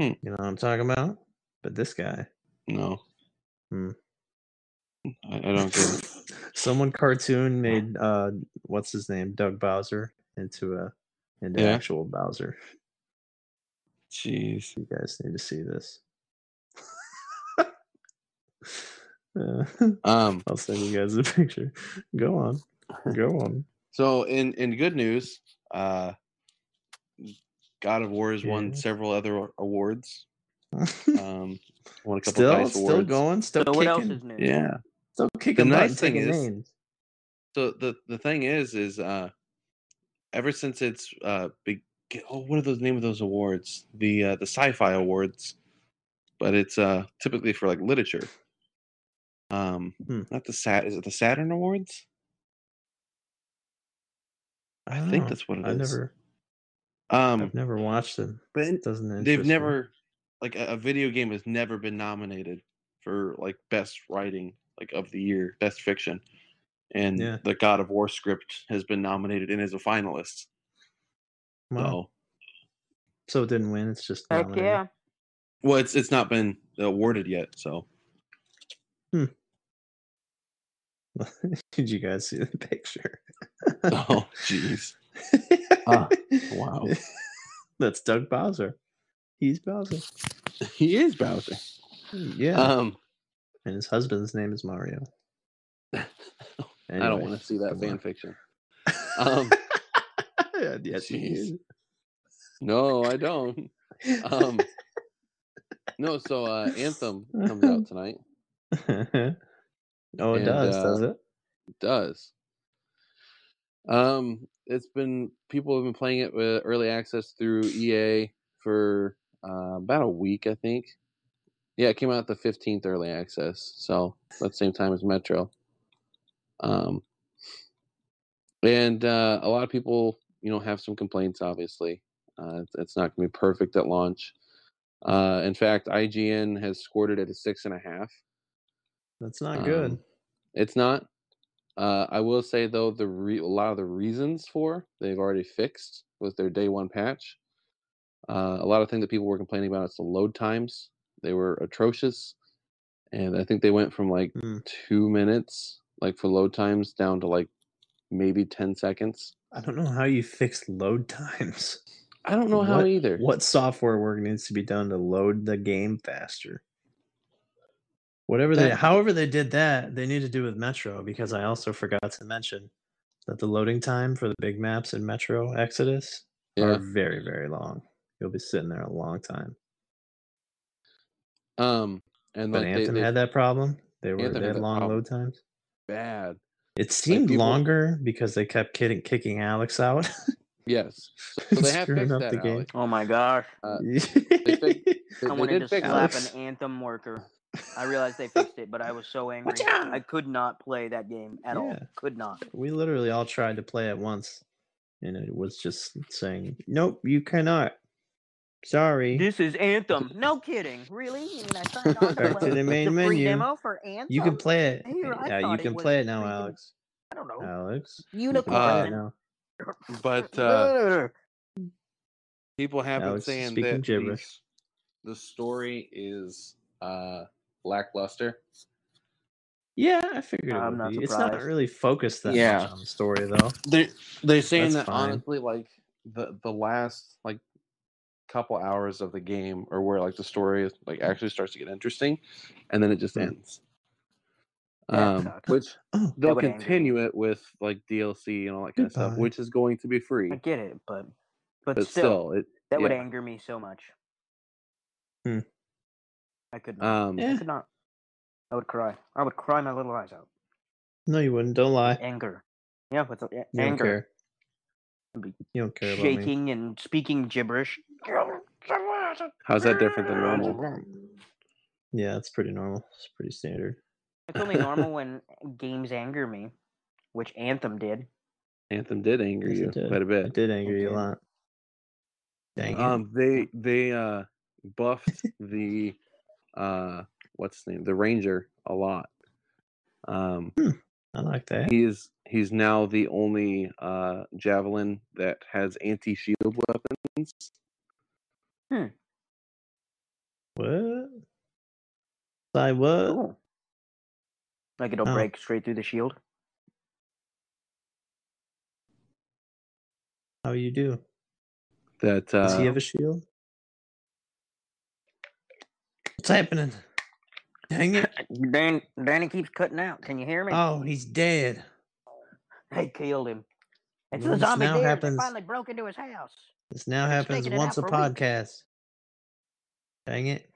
Hmm. You know what I'm talking about? But this guy, No. Hmm. I, I don't [laughs] get it. someone cartoon made uh, what's his name, Doug Bowser, into a into Yeah. actual Bowser. Jeez. You guys need to see this. [laughs] Uh, [laughs] Um. I'll send you guys a picture. Go on. Go on. So in in good news, uh, God of War has Yeah. won several other awards. [laughs] Um, won a couple still, Dice still awards. going. Still So what else kicking. is new? Yeah. Still kicking. nice butt and thing taking is- names. So the the thing is, is uh, ever since it's uh, big, oh, what are those name of those awards? The uh, the sci-fi awards, but it's uh typically for like literature. Um, Hmm. not the sat is it the Saturn Awards? I, don't think know. that's what it I've is. Oh, never, um, I've never watched them. but in- Doesn't interest they've me. never like a, a video game has never been nominated for like best writing like of the year, best fiction, and Yeah. the God of War script has been nominated and is a finalist. Wow. So. So it didn't win. It's just Heck nominated. yeah. Well, it's it's not been awarded yet, [laughs] so [laughs] Did you guys see the [laughs] picture? oh jeez. uh, Ah, wow. [laughs] That's Doug Bowser. He's Bowser. He is Bowser. Yeah. Um and his husband's name is Mario. [laughs] I don't Anyway, want to see that come fan on. [laughs] fiction. Um yes, Jeez. he is. no, I don't. [laughs] Um No, so uh Anthem comes out tonight. oh, it And, does, uh, does it? It does. Um it's been people have been playing it with early access through EA for uh, about a week, I think. Yeah, it came out the 15th early access, so about the same time as Metro. Um, and uh, a lot of people, you know, have some complaints. Obviously, uh, it's, it's not going to be perfect at launch. Uh, in fact, IGN has scored it at a six and a half. That's not good. Um, It's not. Uh, I will say though, the re- a lot of the reasons for they've already fixed with their day one patch. Uh, a lot of things that people were complaining about is the load times. They were atrocious, and I think they went from like Mm. two minutes, like for load times, down to like maybe ten seconds. I don't know how you fix load times. I don't know how What- either. What software work needs to be done to load the game faster? Whatever they, That- however they did that, they need to do with Metro because I also forgot to mention that the loading time for the big maps in Metro Exodus are Yeah. very very long. You'll be sitting there a long time. Um. And But like they, Anthem they had that problem. They were Anthem they had had that long problem. load times. bad. It seemed people- longer because they kept kidding, kicking Alex out. [laughs] Yes. So they have Screwing fixed up that. the game. Alex. Oh my gosh. Uh, They They, I they wanted did to fix slap it. Alex. an anthem worker. I realized they fixed it, but I was so angry. Watch out! I could not play that game at all. Yeah. Could not. we literally all tried to play it once, and it was just saying, "Nope, you cannot." Sorry, This is Anthem. No kidding. Really? You mean I signed on to Back to play the main the free menu. demo for Anthem? you can play it. Here, I Yeah, you thought it can was play it now, freaking Alex. I don't know. Alex, you can Unicorn. play it Uh, now. [laughs] But uh, Brr. people have been Alex is saying speaking that gibberish. these- the story is uh lackluster. Yeah, I figured it I'm would not be. It's not surprised. really focused that Yeah. much on the story, though. [clears throat] They they're saying That's that fine. honestly, like the the last like couple hours of the game or where like the story is like actually starts to get interesting, and then it just Mm. ends. That Um, sucks. which Oh, they'll would anger me. continue it with like DLC and all that kind of stuff, Goodbye. which is going to be free. I get it, but but, But still, still, it that would yeah. anger me so much. Hmm. I could not. um Eh. I could not. I would cry. I would cry my little eyes out. no, you wouldn't. Don't lie. with Anger. Yeah, with the- yeah, You don't anger. care. I'd be You don't care about me. shaking and speaking gibberish. how's that different than normal? Yeah, it's pretty normal. It's pretty standard. It's only normal when games anger me, which Anthem did. Anthem did anger Yes, it you did. quite a bit. It did anger you a lot. Dang it. Um, they they uh [laughs] buffed the uh what's his name the Ranger a lot. Um, I like that. he is he's now the only uh javelin that has anti shield weapons. What? Like what? Cool. Like it'll Oh. break straight through the shield. How you do? That uh, Does he have a shield? What's happening? Dang it! Dan, Danny keeps cutting out. Can you hear me? Oh, he's dead. They killed him. It's Well, the this zombie now deer happens- that finally broke into his house. This now Been happens sticking it out once a for a week. podcast. Dang it!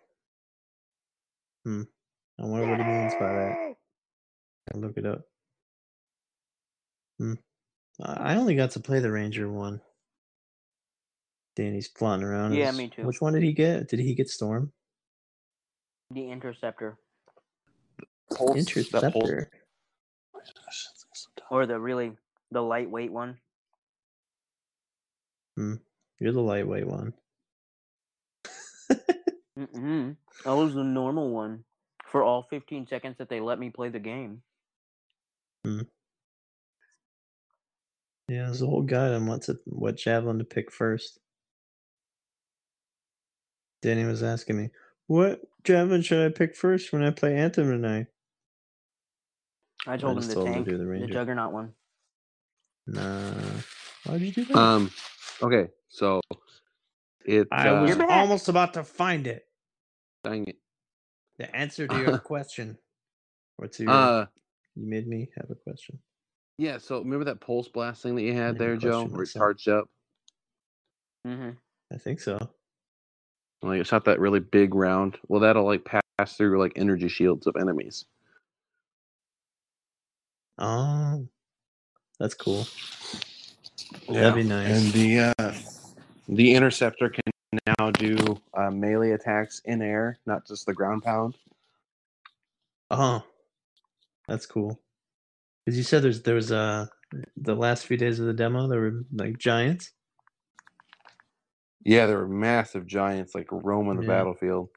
Hmm. I wonder what he means by that. Yay! I'll look it up. Hmm. I I only got to play the Ranger one. Danny's flying around. Yeah, as- me too. Which one did he get? Did he get Storm? The interceptor pulse- that pulse- Interceptor. or the really the lightweight one. You're the lightweight one. Mm-mm. Mm-hmm. That was the normal one for all 15 seconds that they let me play the game. Yeah, there's a whole guide on what to what javelin to pick first. Danny was asking me, "What javelin should I pick first when I play Anthem tonight?" I told him just the told him to tank, do the the, Ranger. juggernaut one. Nah, why'd you do that? Um, okay, so it I uh, was You're back. almost about to find it. dang it. The answer to [laughs] your question, or to your, Uh, you made me have a question. yeah. So remember that pulse blast thing that you I have had a there, Joe, question where it myself. charged up Mm-hmm. I think so. Like it's not that really big round. Well, that'll like pass through like energy shields of enemies. Oh, that's cool. That'd be nice. And the uh, the interceptor can now do uh, melee attacks in air, not just the ground pound. Oh, that's cool. Because you said there's there was uh the last few days of the demo there were like giants. Yeah, there were massive giants like roaming the Yeah. battlefield,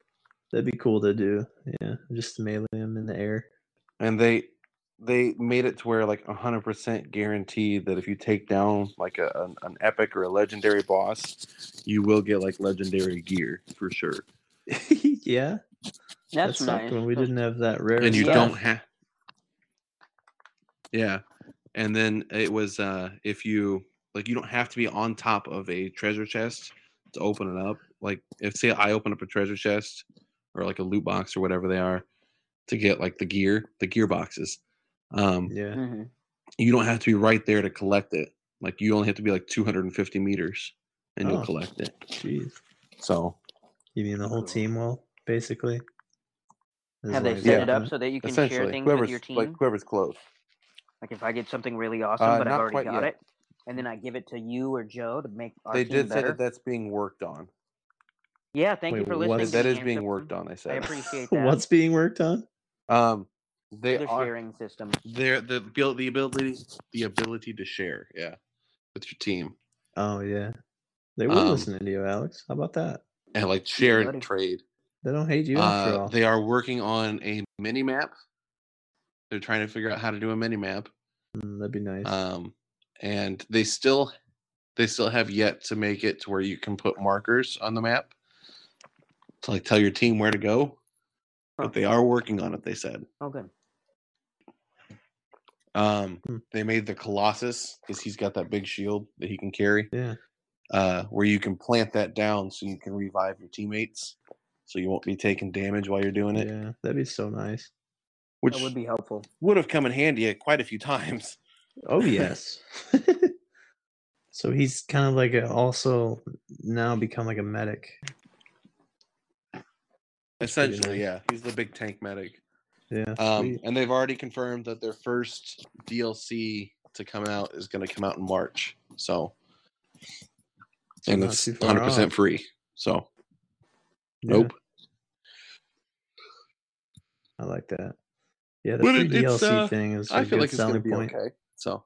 That'd be cool to do. Yeah, just to melee them in the air. [laughs] and they they made it to where like hundred percent guaranteed that if you take down like a, an, an epic or a legendary boss, you will get like legendary gear for sure. yeah, That's that sucked nice. when we didn't have that rare. and you Yeah. don't have yeah and then it was uh if you like you don't have to be on top of a treasure chest to open it up like if say i open up a treasure chest or like a loot box or whatever they are to get like the gear the gear boxes um Yeah, Mm-hmm. you don't have to be right there to collect it like you only have to be like 250 meters and Oh. you'll collect it jeez. so You mean the whole Cool. team will basically? As Have they long as set you it open up so that you can share essentially things with whoever's your team? like whoever's close Like if I get something really awesome, Uh, but I've not already quite got yet. it, and then I give it to you or Joe to make our they team did say better. that that's being worked on yeah, thank you Wait, for what? listening. Like, to that the is being Anthem. worked on i I said [laughs] appreciate that. What's being worked on? Um, they the are sharing system? they're the abil- the ability the ability to share, yeah, with your team Oh yeah, they were Um, listening to you, Alex. How about that? and like share buddy. and trade. They don't hate you after Uh, all. they are working on a mini map. They're trying to figure out how to do a mini map. Mm, that'd be nice. Um, and they still they still have yet to make it to where you can put markers on the map to like tell your team where to go. Huh. But they are working on it. They said. Oh, good. Um, Hmm. they made the Colossus because he's got that big shield that he can carry. yeah. uh, where you can plant that down so you can revive your teammates, so you won't be taking damage while you're doing it, Yeah, that'd be so nice. which that would be helpful. would have come in handy quite a few [laughs] times. Oh yes. [laughs] so he's kind of like a, also now become like a medic. That's pretty Essentially, nice. yeah, he's the big tank medic. Yeah. Um, sweet. and they've already confirmed that their first DLC to come out is going to come out in March. So, So and not it's too far 100 percent off. free. So, Yeah, nope. I like that. Yeah, the But free it- it's, DLC uh, thing is a I feel good like it's going to selling be point. okay. So,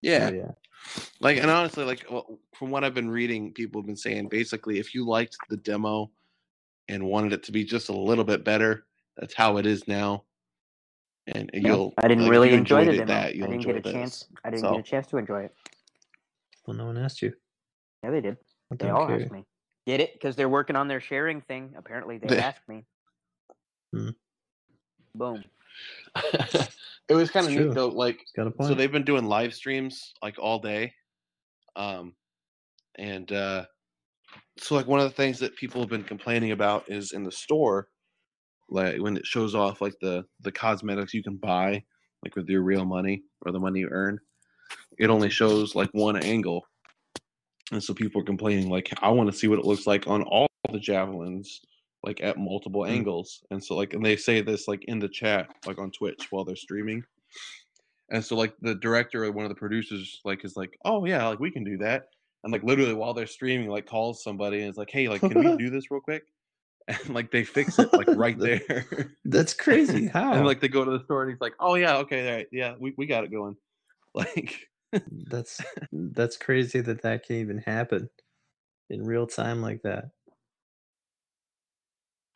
Yeah. Oh, yeah. Like, and honestly, like well, from what I've been reading, people have been saying basically, if you liked the demo and wanted it to be just a little bit better, that's how it is now. And you'll. I didn't like, if really you enjoy the enjoyed it demo. That, I you'll didn't enjoy get a this. chance. I didn't So- get a chance to enjoy it. Well, no one asked you. Yeah, they did. I They don't all care. asked me. Did it? Because they're working on their sharing thing. Apparently, they They- asked me. Hmm. Boom. [laughs] it was kind of It's neat true. though. Like, It's got a point. so they've been doing live streams like all day um and uh so like one of the things that people have been complaining about is in the store like when it shows off like the the cosmetics you can buy like with your real money or the money you earn it only shows like one angle and so people are complaining like i want to see what it looks like on all the javelins like at multiple Mm. angles and so like and they say this like in the chat like on twitch while they're streaming and so like the director or one of the producers like is like, "Oh yeah, like we can do that." And like literally while they're streaming, like calls somebody and is like, "Hey, like can we do this real quick?" [laughs] And like they fix it like right there. [laughs] That's crazy. How? and like they go to the store and he's like, "Oh yeah, okay, all right, yeah, we we got it going." [laughs] Like that's that's crazy that that can even happen in real time like that.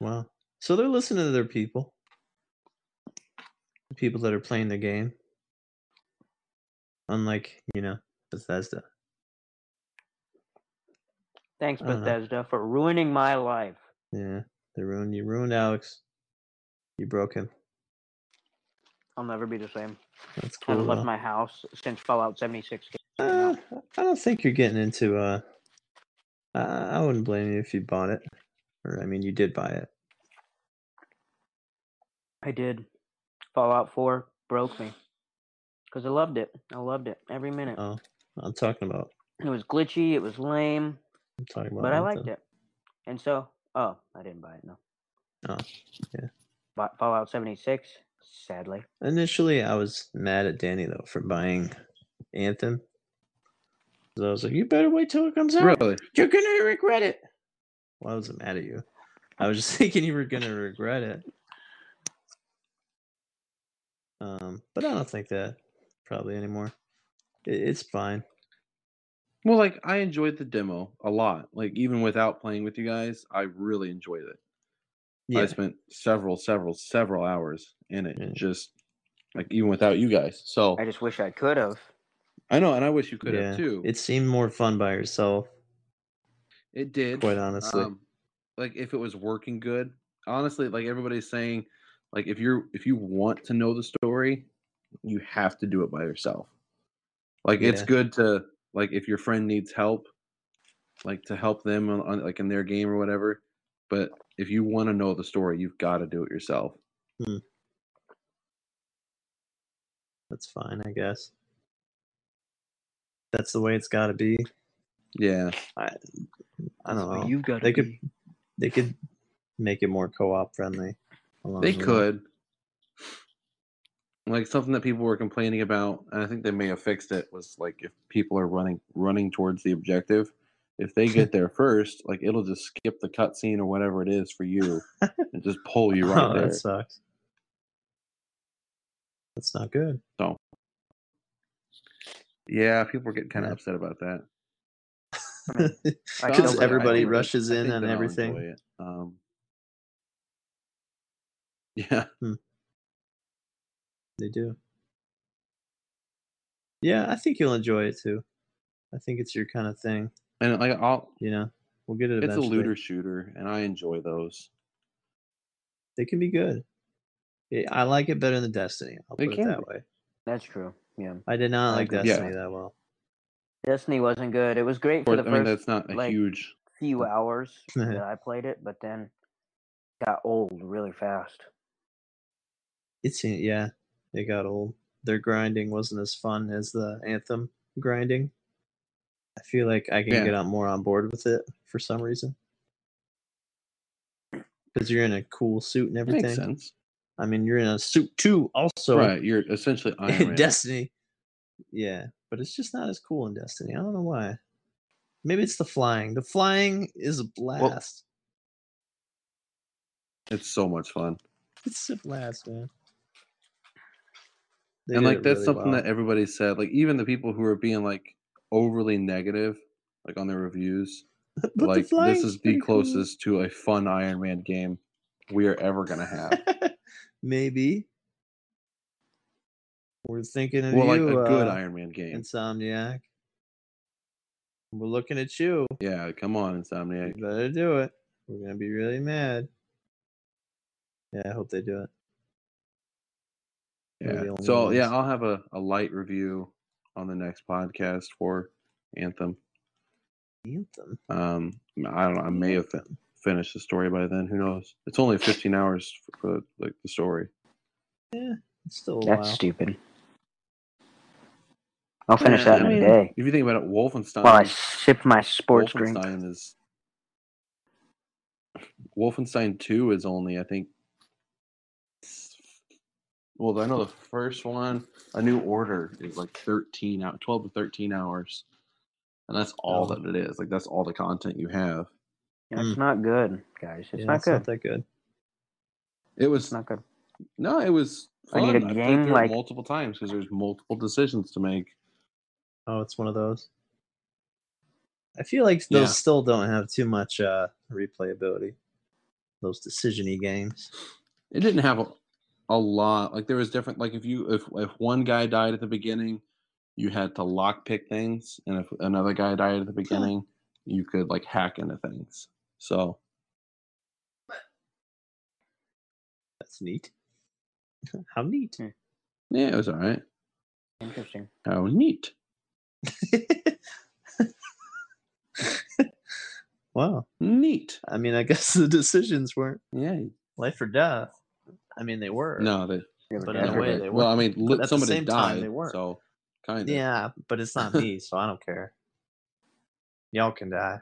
Wow. So they're listening to their people. The people that are playing the game. Unlike, you know, Bethesda. Thanks, I don't know. Bethesda, for ruining my life. Yeah. They ruined you ruined Alex. You broke him. I'll never be the same. That's I cool. haven't left though. my house since Fallout 76. came Uh, out. I don't think you're getting into. Uh, I I wouldn't blame you if you bought it, or I mean, you did buy it. I did. Fallout 4 broke me because I loved it. I loved it every minute. Oh, I'm talking about. It was glitchy. It was lame, I'm talking about. but I Anthem. liked it. And so, oh, I didn't buy it. No. Oh, yeah. Bought Fallout 76. Sadly, Initially, I was mad at Danny though for buying Anthem. 'Cause I was like, "You better wait till it comes out. really, You're gonna regret it." Well, I wasn't mad at you. I was just [laughs] thinking you were gonna regret it. Um, but I don't think that probably anymore. It, it's fine. well, like I enjoyed the demo a lot. Like even without playing with you guys, I really enjoyed it. I Yeah. spent several, several, several hours in it, Yeah. just like even without you guys. So I just wish I could have. I know, and I wish you could yeah, have too. It seemed more fun by yourself, It did. quite honestly. Um, like if it was working good, honestly, like everybody's saying, like if you're if you want to know the story, you have to do it by yourself. Like it's Yeah. good to like if your friend needs help, like to help them on, on like in their game or whatever. But if you want to know the story, you've got to do it yourself. That's fine, I guess. That's the way it's got to be. Yeah, I don't know. You got. They could [laughs] they could make it more co-op friendly. along they the way. could. Like something that people were complaining about, and I think they may have fixed it was like if people are running running towards the objective, if they get there first, like it'll just skip the cutscene or whatever it is for you and just pull you right [laughs] oh, there. that sucks. That's not good. Yeah, people are getting kind of Yeah. upset about that. [laughs] I Because don't- everybody I- rushes in and on everything. It. Um, [laughs] yeah, They do. Yeah, I think you'll enjoy it too. I think it's your kind of thing. and like I'll, You know, we'll get it. it's a Eventually. looter shooter, and I enjoy those. They can be good. Yeah, I like it better than Destiny. I'll They put it can that be. way. That's true. Yeah. I did not I like agree. Yeah. Destiny that well. Destiny wasn't good. It was great for Or, the I first mean, that's not a like, huge. [laughs] few hours Mhm. that I played it, but then got old really fast. It seemed, yeah, it got old. Their grinding wasn't as fun as the Anthem grinding. I feel like I can Yeah. get on more on board with it for some reason. Because you're in a cool suit and Makes everything. sense, I mean, you're in a suit too, also [laughs] right? You're essentially Iron in Man. Destiny. Yeah, but it's just not as cool in Destiny. I don't know why. Maybe it's the flying. The flying is a blast. It's so much fun. It's a blast, man. and like that's something that everybody said. Like even the people who are being like overly negative, like on their reviews, that like this is the [laughs] closest to a fun Iron Man game we are ever [laughs] gonna have. Maybe. We're thinking of well, like you, a good uh, Iron Man game. Insomniac. We're looking at you. Yeah, come on, You Insomniac. better do it. We're gonna be really mad. Yeah, I hope they do it. We're Yeah. the only So yeah, ones. I'll have a, a light review on the next podcast for Anthem. Anthem. Um, I don't know. I may have fin- finished the story by then. Who knows? It's only 15 hours for like the story. It's still a That's while. stupid. I'll finish Yeah, that in I a mean, day If you think about it, Wolfenstein. while I um, sip my sports drink. Wolfenstein is Wolfenstein Two is only I think. Well, I know the first one, A New Order, is like thirteen out, twelve to thirteen hours, and that's all Oh. that it is. Like that's all the content you have. It's not good, guys. It's Yeah, not it's good. not that good. It It's was not good. no, it was. I need fun. a played game through it like- multiple times because there's multiple decisions to make. Oh, it's one of those. I feel like those Yeah. still don't have too much uh, replayability. Those decision-y games. it didn't have a, a lot like there was different like if you if if one guy died at the beginning you had to lockpick things and if another guy died at the beginning you could like hack into things so That's neat. [laughs] How neat. yeah it was all right Interesting. how neat [laughs] wow. neat I mean, I guess the decisions weren't yeah life or death. I mean, they were. no they, Yeah, But yeah, in a no, way but- they well i mean But at the li- somebody same time, died they weren't. so kind of Yeah, but it's not me, so I don't care. Y'all can die.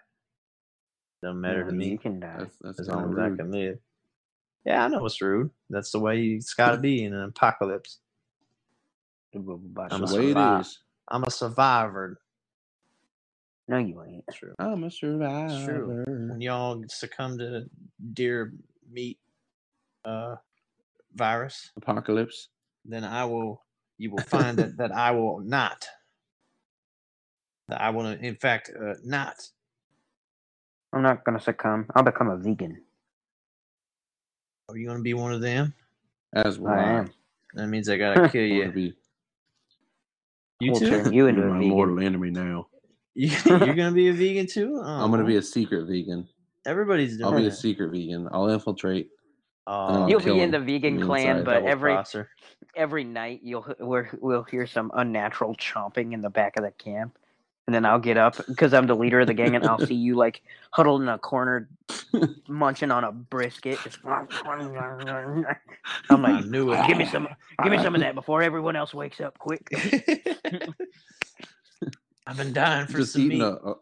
Don't matter no, to me You can die. that's, that's as kinda long as I rude. can live. Yeah, I know it's rude. That's the way it's got to be in an apocalypse. I'm the a way it survivor. is I'm a survivor. No, you ain't. True. i'm a survivor When y'all succumb to deer meat uh, virus, apocalypse then I will. You [laughs] will find that, that I will not. That I will, in fact, uh, not. I'm not gonna succumb. I'll become a vegan. Are you going to be one of them? as well I am. That means I [laughs] gotta kill yeah. you. be You We'll too. [laughs] turn you into You're a my vegan. mortal enemy now You're gonna [laughs] be a vegan too. i'm gonna Aw, be a secret vegan Everybody's doing I'll be a it. secret vegan. I'll infiltrate. Aw, You'll kill be in the him vegan from the clan, inside. but double every crosser. every night you'll h- we're, we'll hear some unnatural chomping in the back of the camp, and then I'll get up because I'm the leader of the gang, and I'll see you like huddled in a corner, munching on a brisket. Just [laughs] I'm I [laughs] like, knew it. give me some, give me some of that before everyone else wakes up. [laughs] Quick, [laughs] I've been dying for just some eating meat. a, a.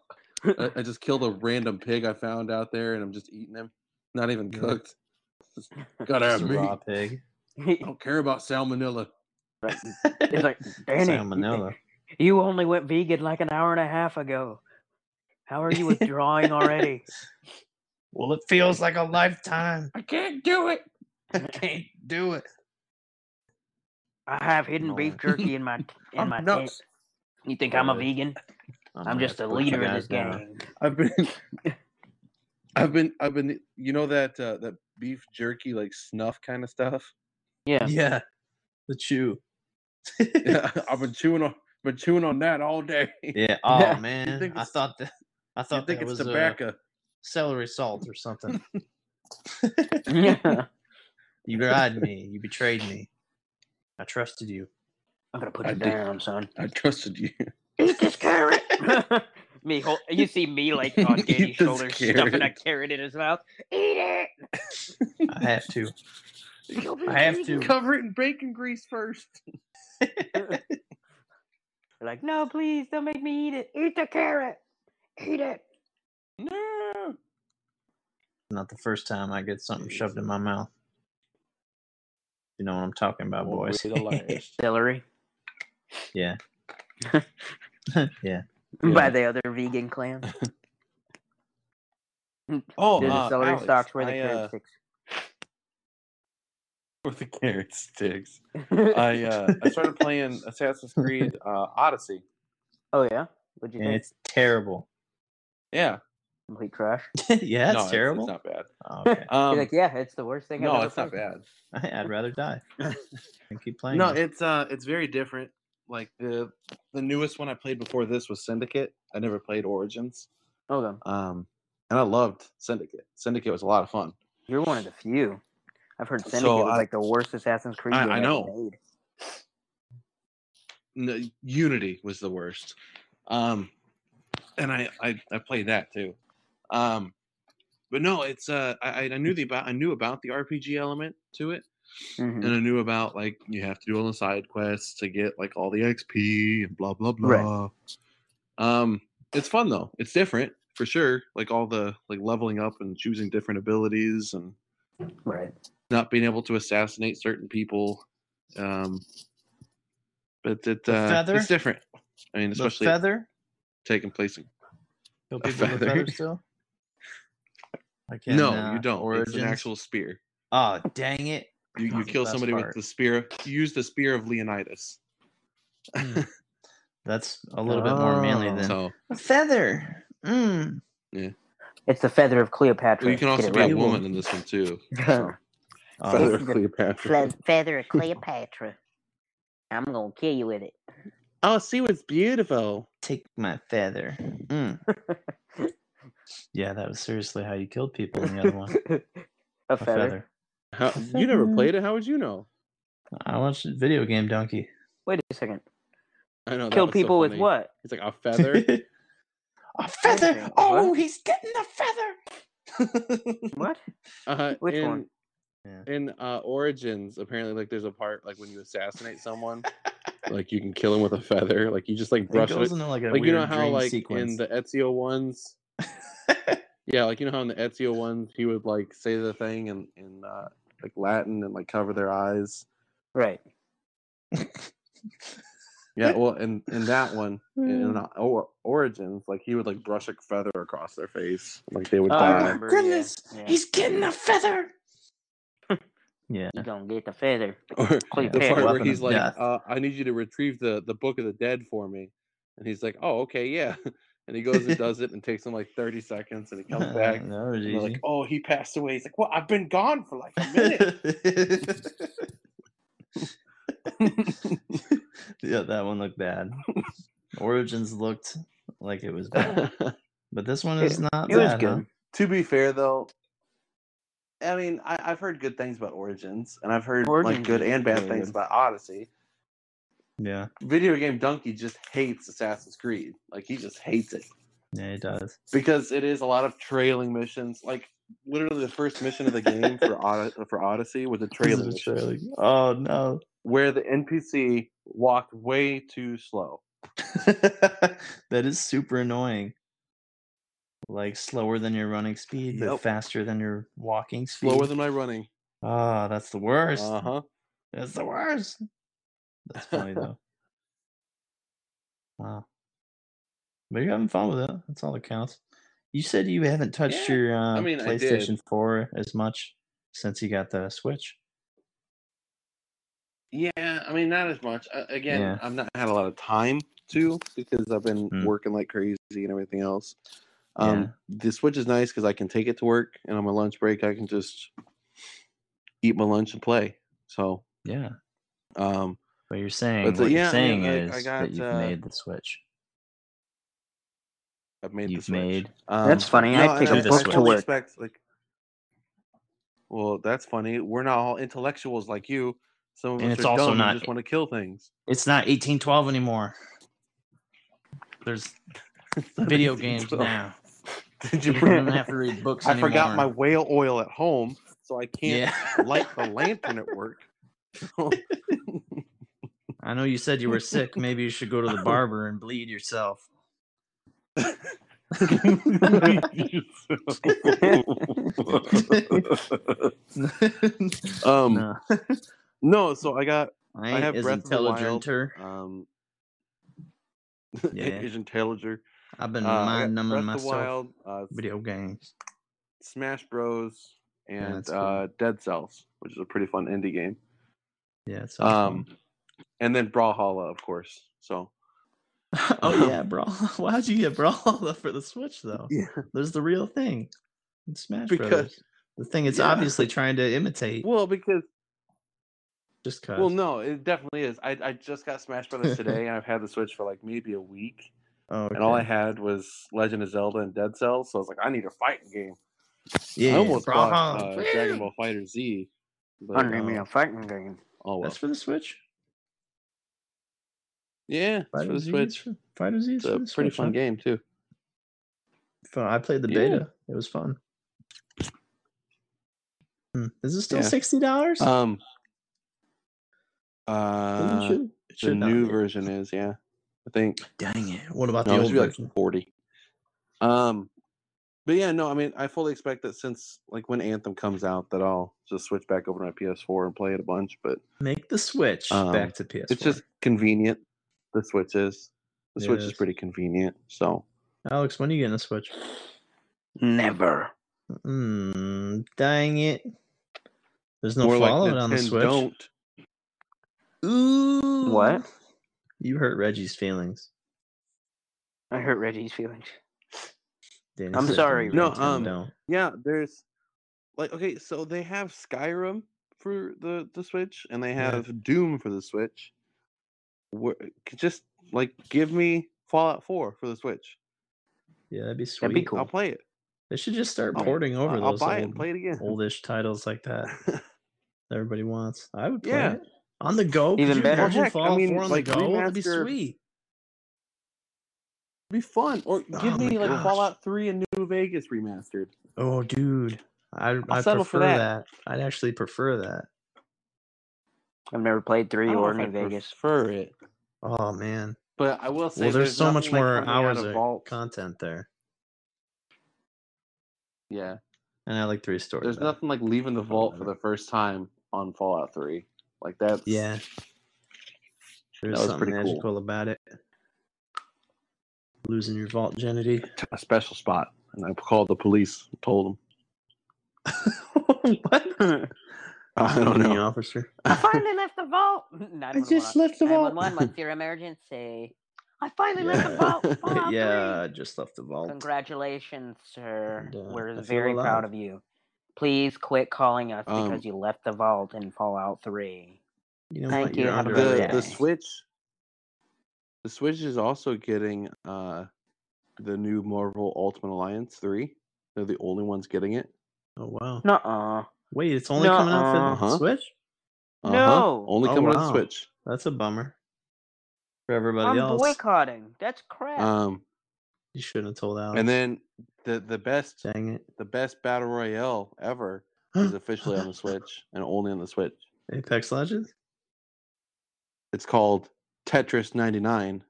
I I just killed a random pig I found out there, and I'm just eating him. Not even Yeah. cooked. Just gotta Just have a meat. raw I [laughs] pig. it's don't care about salmonella. [laughs] like, Danny, you, Salmonella. [laughs] you only went vegan like an hour and a half ago. How are you withdrawing already? Well, it feels like a lifetime. [laughs] [laughs] I can't do it. I can't do it. I have hidden No. beef jerky [laughs] in my in I'm my tent. nuts. You think I'm a Really? vegan? I'm, I'm gonna just a put you leader in guys this down. [laughs] gang. I've been. I've been. I've been. You know that uh, that beef jerky like snuff kind of stuff. Yeah. Yeah, the chew. [laughs] I've been chewing on. Been chewing on that all day. [laughs] yeah. Oh You man, think I it's- thought that. I I thought think that it's was uh, tobacco. celery salt or something. [laughs] [laughs] I'm You lied to me. You betrayed me. I trusted you. gonna put I you did- down, son. I trusted you. Eat this carrot. [laughs] me, hol- you see me [laughs] like on Eat Danny's this shoulder, [laughs] stuffing a carrot in his mouth. Eat it. I have to. You'll be I have vegan." to. Cover it in bacon grease [laughs] first. They're like, no, please, don't make me eat it. Eat the carrot. Eat it. No. Not the first time I get something shoved in my mouth. You know what I'm talking about, boys. [laughs] Celery. [laughs] yeah. [laughs] yeah. By the other vegan clan. [laughs] Oh, There's a uh, celery Oh, [laughs] Alex, stalks where the I, carrot uh, sticks. with the carrot sticks. I uh, [laughs] I started playing Assassin's Creed uh, Odyssey. oh yeah, what'd [laughs] you and think? it's terrible. [laughs] Yeah, Complete trash. yeah, it's no, terrible. It's, not bad. Oh, [laughs] okay. Um, You're like, yeah, it's the worst thing. I've no, ever it's not played." bad. I, would rather [laughs] die and keep playing. No, it. it's uh, it's very different. Like the the newest one I played before this was Syndicate. I never played Origins, [laughs] Hold on, um, and I loved Syndicate. Syndicate was a lot of fun. you're one of the few. I've heard Syndicate So, was I- like the worst Assassin's Creed. I- game I ever know. Made. N- Unity was the worst, um, and I, I I played that too. Um, but no, it's uh, I, I knew the about I knew about the RPG element to it, Mhm. and I knew about like you have to do all the side quests to get like all the XP and blah blah blah. Right. Um, it's fun though. It's different for sure. Like all the like leveling up and choosing different abilities and Right. not being able to assassinate certain people. Um, but it The uh, feather? it's different. I mean, the especially feather. taking place in Kill a people with feather. feathers still. Like in, [laughs] no, uh, you don't. It's Origins? an actual spear. Oh dang it! You, you That's the kill best somebody with part. the spear. You use the spear of Leonidas. That's a little bit more manly Oh. than So a feather. Mm. It's the feather of Cleopatra. well, you can Get also it [laughs] be right. a woman in this one too. so. Oh, Feather. of Cleopatra. Fe- feather of Cleopatra. I'm gonna kill you with it. Oh, she was beautiful. take my feather. [laughs] Mm. yeah, that was seriously how you killed people in the other [laughs] one. A A feather. feather. How, [laughs] you never played it. How would you know? I watched a video game Donkey. Wait a second. I know. that Kill was so people with funny. what? [laughs] It's like [laughs] a feather. a Feather, feather! Oh, what? he's getting a feather! What? uh, Which in, one? Yeah. In uh, Origins, apparently, like there's a part like when you [laughs] assassinate someone, like you can kill him with a feather. Like you just like It brush it. goes into like a Like weird you know how dream like in sequence. the [laughs] Ezio ones. Yeah, like you know how in the Ezio ones he would like say the thing in in uh, like Latin and like cover their eyes. Right. Yeah, well, in in [laughs] that one, Hmm. in, in uh, or, Origins, like he would like brush a feather across their face, like they would Oh, I Ah. die. remember. yeah, yeah. getting a feather. [laughs] yeah. You gonna get the feather? Or Clean the paper. part where Weapon he's of like, death. uh, "I need you to retrieve the the Book of the Dead for me," and he's like, "Oh, okay, yeah." [laughs] And he goes and does it, and takes him like thirty seconds, and he comes [laughs] back. [laughs] and that was they're easy. like, "Oh, he passed away." He's like, "Well, I've been gone for [laughs] like a minute." yeah, that one looked bad. Origins looked like it was bad, [laughs] but this one is not It was bad. good. to be fair, though, I mean, I, I've heard good things about Origins, and I've heard like Origins good is and bad really things good. [laughs] about [laughs] Odyssey. Huh? Yeah, Video game Donkey just hates Assassin's Creed. Like he just hates it. yeah, it does. because it is a lot of trailing missions. Like literally, the first mission of the game for Od- for Odyssey was a [laughs] trailing This is mission trailing. Oh no! [laughs] where the NPC walked way too slow. that is super annoying. Like slower than your running speed, but Yep. faster than your walking speed. Slower than my running. Ah, that's the worst. Uh huh. That's the worst. That's [laughs] funny though. Wow. But you're having fun with it. That's all that counts. You said you haven't touched Yeah, your uh, mean, I did. PlayStation 4 as much since you got the Switch. Yeah, I mean, not as much. Uh, again, Yeah. I've not had a lot of time to because I've been Mm. working like crazy and everything else. Um, Yeah. the Switch is nice because I can take it to work, and on my lunch break, I can just eat my lunch and play. So, Yeah. um, But you're saying the- what yeah, you're I- saying I- I is got, that you've uh, made the Switch. I've made the You've Switch. made Um, That's funny. I'd pick a and book to fully work. Expect, like, well, that's funny. We're not all intellectuals like you. Some of And us it's are also dumb not- and just want to kill things. It's not 1812 anymore. [laughs] There's video games now. Did you You bring? don't [laughs] have to read books I anymore. forgot my whale oil at home, so I can't yeah. light the lantern at work. I know you said you were sick. Maybe you should go to the barber and bleed [laughs] yourself. [laughs] [laughs] um, no, no, so I got I ain't have as Breath of the Wild. intelligent. [laughs] her. um, Yeah. Asian Taylor. I've been Uh, I got mind numbing Breath of the myself. Wild, uh, Video games. Smash Bros. Yeah, and that's cool. uh, Dead Cells, which is a pretty fun indie game. Yeah. It's Um, awesome. and then Brawlhalla, of course. So [laughs] [laughs] oh yeah, bro. [laughs] Why'd you get Brawlhalla [laughs] for the Switch though? yeah, There's the real thing. in Smash Because- Brothers. The thing it's Yeah. obviously trying to imitate. well, because just cause. well, no, it definitely is. I I just got Smash [laughs] Brothers today, and I've had the Switch for like maybe a week, oh, and all I okay. had was Legend of Zelda and Dead Cells. So I was like, I need a fighting game. yeah, I almost bought Brawlhalla. [laughs] uh, [laughs] Dragon Ball Fighter Z. But, I need me uh, a fighting game. oh well. That's for the Switch. yeah, it's for Fighter the Z is Switch. for- Fighter Z is It's for a the pretty Switch, fun huh? [laughs] game too. Fun. I played the Yeah. beta. It was fun. Hmm. Is it still Yeah. sixty dollars? Um, uh, it the should not new be. version is yeah, I think. Dang it! What about No, the it old should be like version? forty. Um, but yeah, no, I mean, I fully expect that since like when Anthem comes out, that I'll just switch back over to my PS4 and play it a bunch. But Make the switch Um, back to PS4. it's just convenient. The Switch is the It Switch is is. pretty convenient. So Alex. When are you getting a switch? Never. Mm, dang it! There's no More Fallout on the switch. Don't. Ooh, What? You hurt Reggie's feelings. I hurt Reggie's feelings. Danny I'm said sorry, don't No, Nintendo um, don't. Yeah, there's like okay, so they have Skyrim for the the Switch, and they Yeah. have Doom for the Switch. Wh- Just like give me Fallout Four for the Switch. yeah, that'd be sweet. That'd be cool. I'll play it. They should just start I'll- porting over I'll those buy it old, and play it again. oldish titles like that. that everybody wants. I would play Yeah. it on the go. Even Even you better. better. Imagine Heck, I Fallout mean, 4 on like, the go. That'd be remastered- sweet. be fun. Or give Oh my me like gosh. Fallout 3 and New Vegas remastered. Oh, dude, I I prefer settle for that. that. I'd actually prefer that. I've never played I three don't know or if New [laughs] I'd Vegas. prefer it. Oh man. But I will say well, there's, so much nothing like more coming out hours of Vault. content there, yeah. and I like three stories. There's nothing like leaving the vault for Whatever. the first time on Fallout 3. Like that's Yeah. There's was something pretty cool. magical about it. Losing your vault, [laughs] Genity. a special spot. And I called the police, and told them. what? [laughs] I don't Company know. Officer. I finally left the vault. [laughs] Not even left the 911, what's your emergency? I finally left the vault. [laughs] Yeah. Fallout three. [laughs] yeah, I just left the vault. Congratulations, sir. And, uh, I We're feel very proud alive. of you. Please quit calling us Um, because you left the vault in Fallout 3. You know Thank what? You're you, have a under good the day. the arrest. Switch the Switch is also getting uh the new Marvel Ultimate Alliance 3. They're the only ones getting it. Oh wow. Nuh-uh. Wait, it's only coming out for the Nuh-uh. Switch? Uh-huh. No. Only Oh, coming on wow. the Switch. That's a bummer. For everybody I'm else. boycotting. That's crap. Um You shouldn't have told Alex. and then the the best dang it. the best battle royale [gasps] ever is officially on the Switch and only on the Switch. Apex Legends? [laughs] It's called Tetris 99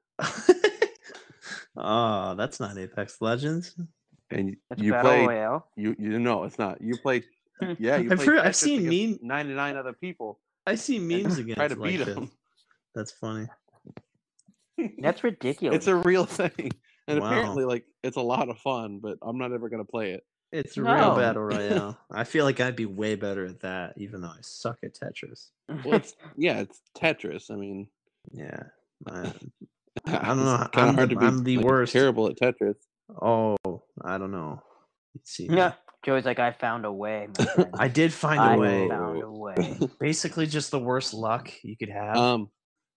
oh, that's not Apex Legends. and That's you Battle play Royale. you you know it's not. You play yeah, you I've play heard- I've Tetris seen against mean- 99 other [laughs] people I see [laughs] memes against try to like beat this. them. That's [laughs] funny. [laughs] That's ridiculous. It's a real thing. [laughs] And Wow. apparently like it's a lot of fun, but I'm not ever going to play it. It's a No. real battle royale. [laughs] I feel like I'd be way better at that, even though I suck at Tetris. [laughs] [laughs] Well, it's yeah, it's Tetris. I mean, [laughs] Yeah. I- I don't know, Kind I'm of hard the- to be. I'm the like, worst. Terrible at Tetris. oh, I don't know. Let's see. me. Yeah. Joey's like, I found a way. [laughs] my friend. I did find a I way. found a [laughs] way. [laughs] Basically, just the worst luck you could have. Um,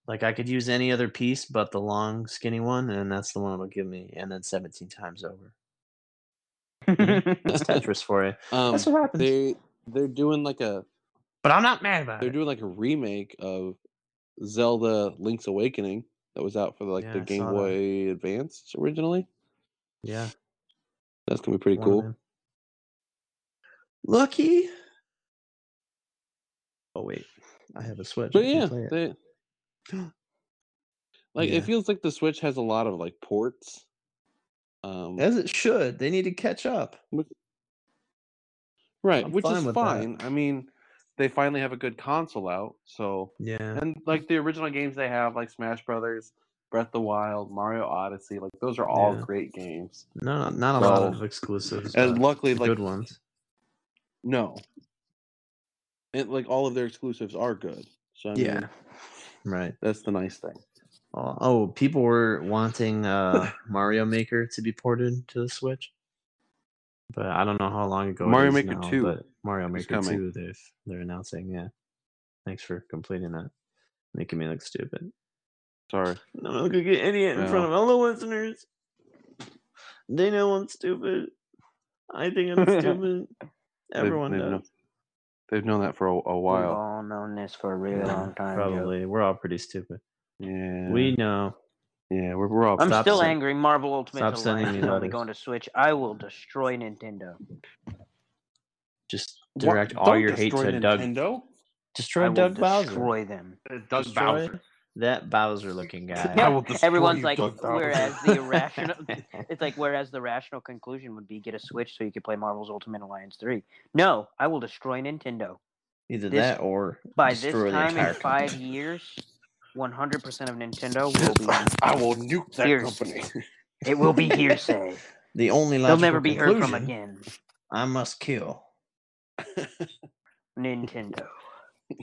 Like I could use any other piece but the long skinny one, and that's the one it'll give me, and then seventeen times [laughs] over. That's Tetris for you. um, That's what happens. they they're doing like a but I'm not mad about they're it. doing like a remake of Zelda Link's Awakening that was out for like Yeah, the I Game saw that. Boy Advance originally. yeah, That's gonna be pretty one of cool. them. Lucky. Oh wait, I have a switch. I But can yeah, play it. they, [gasps] like Yeah. it feels like the Switch has a lot of like ports. Um, as it should. They need to catch up. right, I'm which fine is with that. fine. I mean, they finally have a good console out, so Yeah, and like the original games they have, like Smash Brothers, Breath of the Wild, Mario Odyssey, like those are all Yeah. great games. no, not a lot So- of exclusives. And but luckily, the like good ones. No. And like all of their exclusives are good. So I mean, Yeah. Right. that's the nice thing. Oh, oh, people were wanting [laughs] uh Mario Maker to be ported to the Switch, but I don't know how long ago. it Mario is Maker now, 2 but Mario Maker coming. Two. They've they're announcing. Yeah, thanks for completing that. Making me look stupid. Sorry. I'm not gonna get idiot in front of all the listeners. They know I'm stupid. I think I'm [laughs] stupid. They've- Everyone they've, knows. kno- they've known that for a, a We've while. all known this for a really Yeah, long time. Joe. Probably, we're all pretty stupid. Yeah. We know. yeah, we're, we're all I'm Stop still sen- angry. Marvel Ultimate stop Alliance sending me is only letters. going to Switch. I will destroy Nintendo. Just What- direct all don't your hate destroy to Doug. I Nintendo. Destroy will Doug Bowser. destroy them. Doug Bowser. that [laughs] Bowser looking Yeah, guy. I will everyone's like, [laughs] whereas the [laughs] irrational, it's like whereas the rational conclusion would be get a Switch so you could play Marvel's Ultimate Alliance three. No, I will destroy Nintendo. [laughs] Either this- that or By destroy the this time in entire five company. years, 100 percent [laughs] of [laughs] Nintendo will be I will nuke that Here's- company. it will be hearsay. The only They'll logical never be heard from conclusion, again. I must kill Nintendo. [laughs]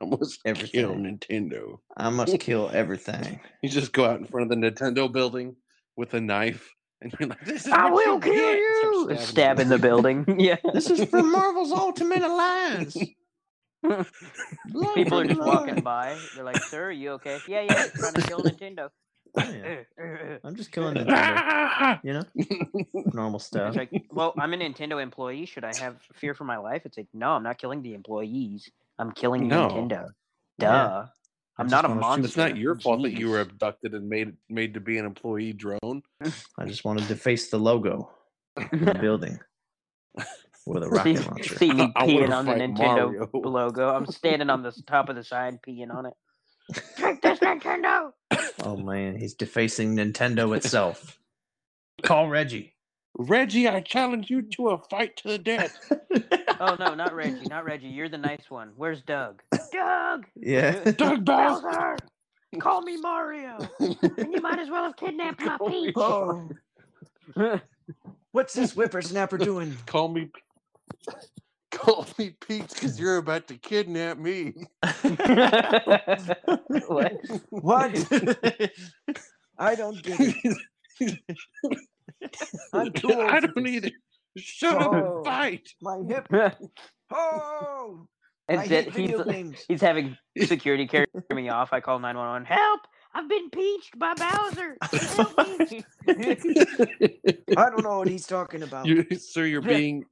I must kill everything. Nintendo. I [laughs] must kill everything. You just go out in front of the Nintendo building with a knife, and you're like, [laughs] "This is I what will get," kill you. and start Stab in the building. yeah. This is for Marvel's Ultimate [laughs] Alliance. People are just walking by. They're like, "Sir, are you okay?" Yeah, yeah. I'm Trying to kill Oh, Nintendo. Yeah, [laughs] Eh, eh, eh. I'm just killing people. Nintendo. [laughs] Ah! You know, normal It's stuff. like, well, I'm a Nintendo employee. Should I have fear for my life? It's like, no, I'm not killing the employees. I'm killing No. Nintendo. Duh. Yeah. I I'm just not wanna a shoot- monster. It's not your fault that you were Jeez. abducted and made made to be an employee drone. I just want to deface the logo on [laughs] [laughs] the building with a rocket see, launcher. see me I wanna peeing on the fight Nintendo Mario. [laughs] logo. I'm standing on the s- top of the sign peeing [laughs] on it. Take this, Nintendo! Oh man, he's defacing Nintendo itself. Call Reggie. Reggie, I challenge you to a fight to the death. Oh no, not Reggie, not Reggie. You're the nice one. Where's Doug? [laughs] Doug, [laughs] Yeah. Doug Bowser. Bowser, call me Mario. And you might as well have kidnapped [laughs] my Call me peach. [laughs] Oh, what's this whippersnapper [laughs] doing? Call me. [laughs] Call me Pete, because you're about to kidnap me. [laughs] what? What? I don't get [laughs] it. I'm too old I for don't this. either. Shut up Oh. and fight. My hip. Oh, [laughs] and I then hate he's video games. he's having security carry me off. I call nine one one. Help! I've been peached by Bowser. Help [laughs] me! [laughs] I don't know what he's talking about. you, sir, you're Yeah. being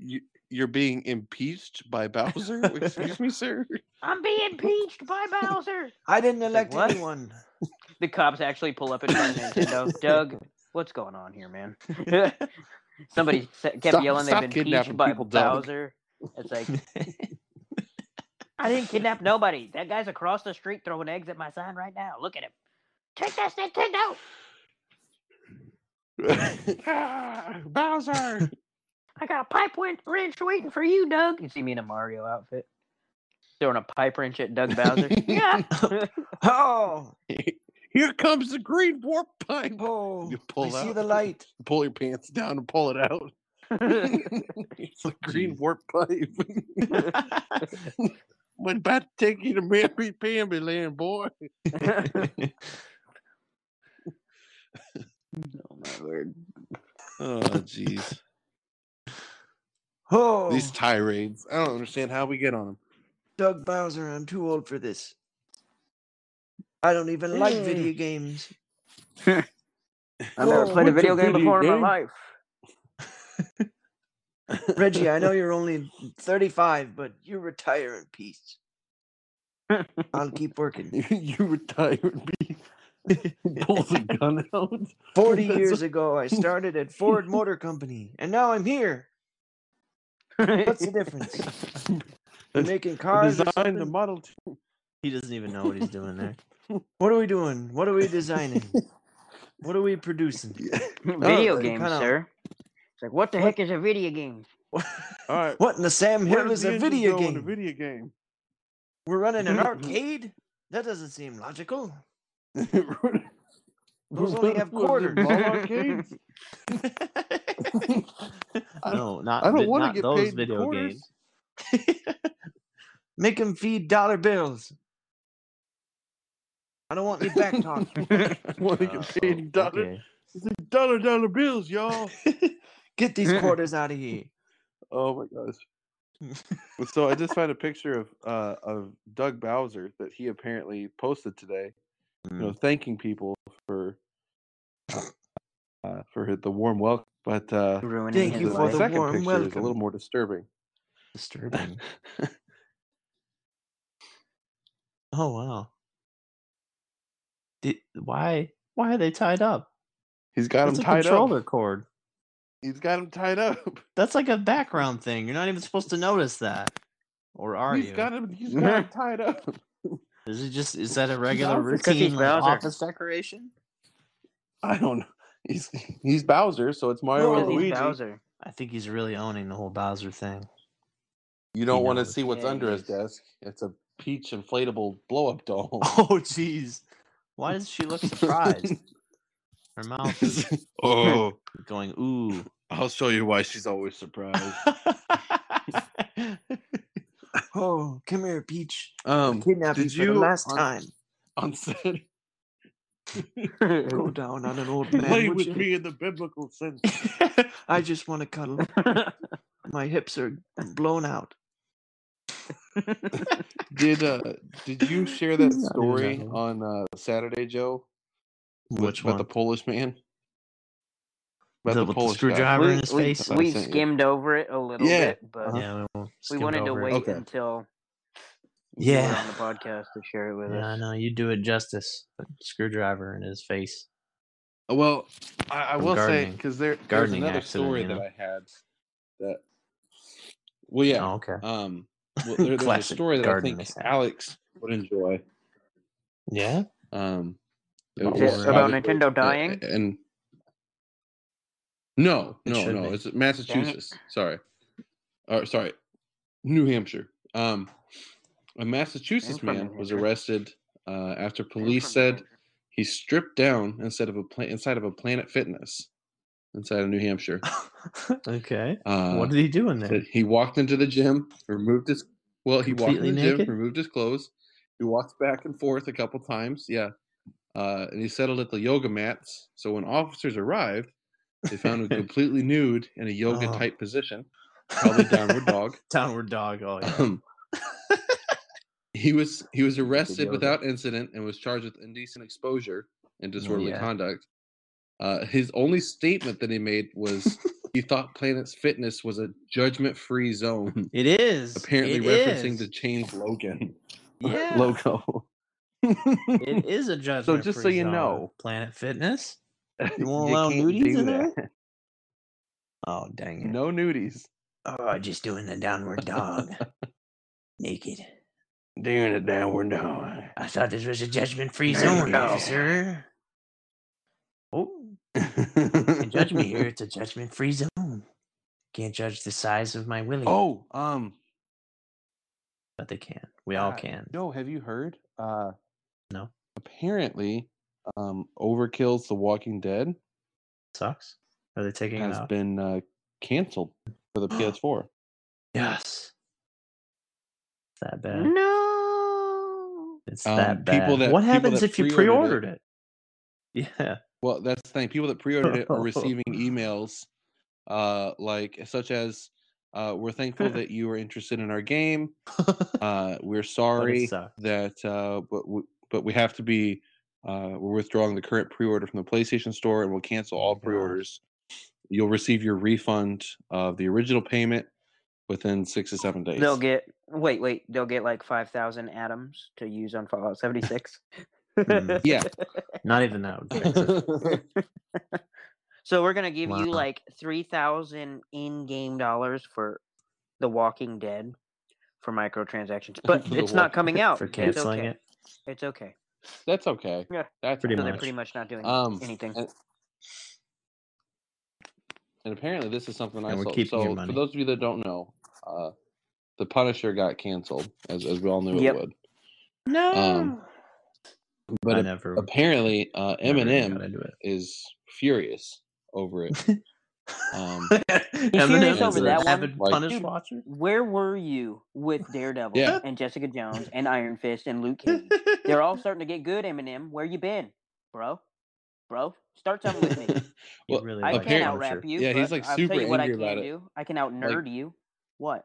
you, you're being impeached by [laughs] Bowser. Excuse me, sir. I'm being peached by Bowser. I didn't elect elect what? anyone. The cops actually pull up in front of [laughs] Nintendo. Doug, what's going on here, man? [laughs] Somebody sa- kept Stop- yelling stop they've been kidnapping peached by people, Doug. Bowser. It's like [laughs] I didn't kidnap nobody. That guy's across the street throwing eggs at my sign right now. Look at him. Take this Nintendo. Ah, [laughs] Bowser. [laughs] I got a pipe win- wrench waiting for you, Doug. You see me in a Mario outfit. Throwing a pipe wrench at Doug [laughs] Bowser. yeah. Oh, Here comes the green warp pipe. oh. You pull I see out. the light. Pull your pants down and pull it out. it's the green Jeez. warp pipe. [laughs] I'm about to take you to Mammy Pammy Land, [laughs] boy. Oh my word. Oh, [laughs] jeez. Oh, These tirades. I don't understand how we get on them. Doug Bowser, I'm too old for this. I don't even like Hmm. video games. I've never Oh, played a what's a video game video before in game? my life. Reggie, I know you're only 35, but you retire in [laughs] peace. I'll keep working. [laughs] you retired [laughs] B pulls a gun out. [laughs] 40 That's years ago, [laughs] I started at Ford Motor Company, and now I'm here. [laughs] What's the [laughs] difference? We're That's- making cars. or Designed the something? Model T. He doesn't even know what he's doing there. what are we doing? What are we designing? what are we producing? [laughs] video Oh, games, kinda- sir. It's like, what the What- heck is a video [laughs] game? [laughs] All right. [laughs] What in the Sam where Hill does is the a engine video go in game? A video game. We're running [laughs] an arcade? That doesn't seem logical. [laughs] Those only have Was it [laughs] quarters. Ball arcades. [laughs] I- no, not I vi- don't want not to get those paid video video quarters. games. [laughs] Make him feed dollar bills. I don't want any back [laughs] talk. want to Uh, get paid oh, in dollar, okay. dollar dollar bills, y'all. [laughs] Get these quarters out of [laughs] here. Oh my gosh. Hmm. so I just found a picture of uh, of Doug Bowser that he apparently posted today, you know, thanking people for uh, for the warm welcome. But uh, Ruining Thank his you the for life. the second warm picture is a welcome. little more disturbing. Disturbing. [laughs] oh wow. Did, why why are they tied up? He's got That's him a tied controller up. cord. He's got him tied [laughs] up. That's like a background thing. You're not even supposed to notice that. Or are He's you? got him. He's got [laughs] him tied up. Is it just is that a regular Bowser, 'cause he's routine like Bowser. office decoration? I don't know. He's he's Bowser, so it's Mario Whoa. Because he's and [laughs] Luigi. Bowser. I think he's really owning the whole Bowser thing. You don't He want to knows. see what's Yeah, under he his desk. It's a peach inflatable blow up doll. [laughs] Oh jeez. Why does she look surprised? Her mouth is [laughs] oh, [laughs] going ooh. I'll show you why she's always surprised. [laughs] oh, come here, Peach. [laughs] Um, Kidnap you did for you the last on- time. on [laughs] Saturday, Go [laughs] down on an old man. play would with you? me in the biblical sense. [laughs] I just want to cuddle. My hips are blown out. Did uh, did you share that Not even story that on uh, Saturday, Joe? With- Which about one? the Polish man? The- with the screwdriver we in his we- face? we I sent you. skimmed over it a little Yeah. bit, but Uh-huh. Yeah, we, we wanted to wait Okay. until you were Yeah, on the podcast to share it with yeah, I us. know you do it justice. But screwdriver in his face. Well, I, I From will say gardening. because there, there's Gardening another accident, story you that know? I had that. Well, yeah. Oh, [laughs] okay. Um, well, there, there's a Classic story that I garden think mishap. Alex would enjoy. Yeah. Um, it About was what? About obviously- Nintendo uh, dying? and no, It no, should no. be. It's Massachusetts. Sorry, or sorry, New Hampshire. Um, a Massachusetts I'm from man New was Hampshire. arrested uh, after police said he stripped down instead of a pla- inside of a Planet Fitness inside of New Hampshire. [laughs] okay. Uh, what did he do in there? Said He walked into the gym, removed his well, he walked Completely in the naked? gym, removed his clothes. He walked back and forth a couple times. Yeah. Uh, and he settled at the yoga mats. So when officers arrived, [laughs] they found him completely nude in a yoga Oh. type position, [laughs] probably downward dog. Downward dog. Oh [laughs] yeah. Um, he was he was arrested yoga. without incident and was charged with indecent exposure and disorderly Yeah. conduct. Uh, his only statement that he made [laughs] was he thought Planet's Fitness was a judgment-free zone. It is apparently It referencing is. the change Logan [laughs] yeah. [laughs] logo. It is a judgment. just so free you zone. know. Planet [laughs] Fitness. You won't allow nudies in there? Oh dang it! No nudies. Oh, just doing the downward dog, naked. Doing it downward dog. I thought this was a judgment-free No, zone, no. officer. Oh, Can't judge me [laughs] here. It's a judgment free zone. Can't judge the size of my willy. Oh, um, But they can. We all uh, can. Joe, have you heard? Uh, No. Apparently, um, Overkill's The Walking Dead Sucks. Are they taking it has out? been uh, canceled [gasps] for the PS4. Yes. It's that bad. No. It's Mm. Um, that bad. people that- what people happens that if you pre-ordered pre-ordered it? [laughs] Yeah. Well, that's the thing. People that pre-ordered [laughs] it are receiving emails, uh, like such as, uh, [laughs] "We're thankful that you were interested in our game. Uh, we're sorry sucked. that, uh, but w- but we have to be, uh, we're withdrawing the current pre-order from the PlayStation Store, and we'll cancel all gosh. pre-orders. You'll receive your refund of the original payment within six to seven days. They'll get wait, wait. They'll get like five thousand atoms to use on Fallout seventy six. Hmm. Mm, yeah. Not even that [laughs] would fix it. yeah, [laughs] So we're gonna give you Wow. like three thousand in-game dollars for The Walking Dead for microtransactions, but [laughs] For The it's not Walking coming out for It's canceling okay. it. It's okay. that's okay. Yeah. that's Pretty so okay. they're much. pretty much not doing Um, anything. and- and apparently this is something I And we're saw. keeping So your for money. those of you that don't know, uh, the Punisher got canceled, as as we all knew Yep. it would. No. But I ap- never. apparently, uh, [laughs] never even got Eminem into it. [laughs] is furious over it. Um, Eminem over is an that one? avid Like- punish Dude. watcher. Where were you with Daredevil Yeah. and Jessica Jones and Iron Fist and Luke Cage? [laughs] [laughs] [laughs] They're all starting to get good, Eminem. Where you been, bro? Bro, start something with me. He Well, really I likes can't Apparently- out Punisher. rap you. Yeah, he's, but like, I'll super tell you what I angry can about it. do. I can out nerd you. What?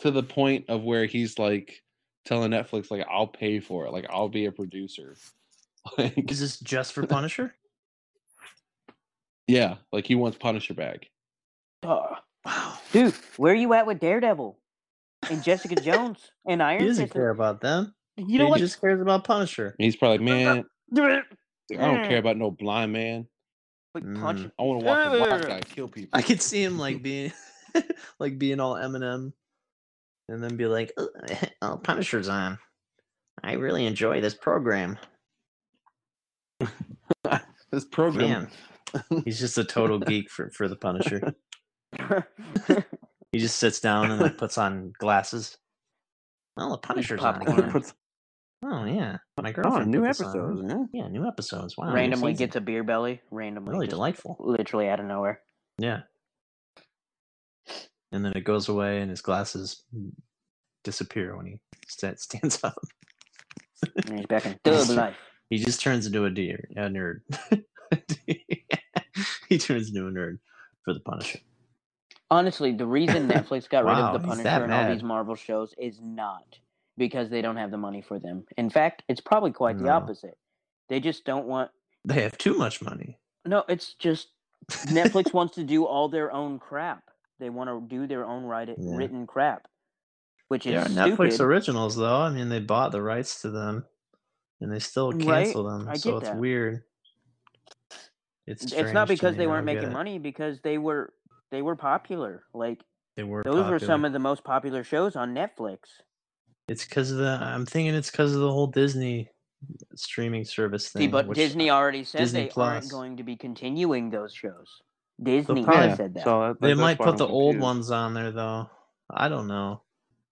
to the point of where he's like telling Netflix, like, I'll pay for it, like, I'll be a producer. [laughs] Like, Is this just [laughs] for Punisher? yeah, like he wants Punisher back. Ugh. wow. dude, where are you at with Daredevil and Jessica Jones [laughs] and He Iron doesn't Fist? care about them. You know he what? [laughs] just cares about Punisher. And he's probably like, man, but I don't Mm. care about no blind man. punch. Mm. I want to watch a black guy kill people. I could see him [laughs] like being [laughs] like being all Eminem and then be like, "Oh, [laughs] oh, Punisher's on. I really enjoy this program. [laughs] this program. Man, he's just a total geek for, for the [laughs] Punisher. Mm. He just sits down and like puts on glasses. Well, the Punisher's on. [laughs] popcorn. again. Oh yeah, my Oh, girlfriend. new put this on. episodes, huh? Yeah, new episodes. Wow, new randomly season. gets a beer belly. Randomly, really just delightful. literally out of nowhere. Yeah. And then it goes away, and his glasses disappear when he sta- [laughs] stands up. And he's [laughs] back in thug life. He just turns into a deer, a nerd. [laughs] he turns into a nerd for the Punisher. Honestly, the reason Netflix got rid Wow, of The he's Punisher that and all mad. these Marvel shows is not because they don't have the money for them. In fact, it's probably quite the No. opposite. They just don't want. They have too much money. No, it's just [laughs] Netflix wants to do all their own crap. They want to do their own write- Yeah. written crap, which They are is Netflix stupid. originals, though. I mean, they bought the rights to them, and they still Right? cancel them. I so get it's that. weird. It's it's strange to not because me, they I weren't don't get making it. money because they were they were popular. Like They were. those were some of the most popular shows on Netflix. It's because of the. I'm thinking it's because of the whole Disney streaming service thing. See, but which- Disney already said Disney they Plus. aren't going to be continuing those shows. Disney probably- said that. So that- They that's might why put I'm the old confused. ones on there though. I don't know.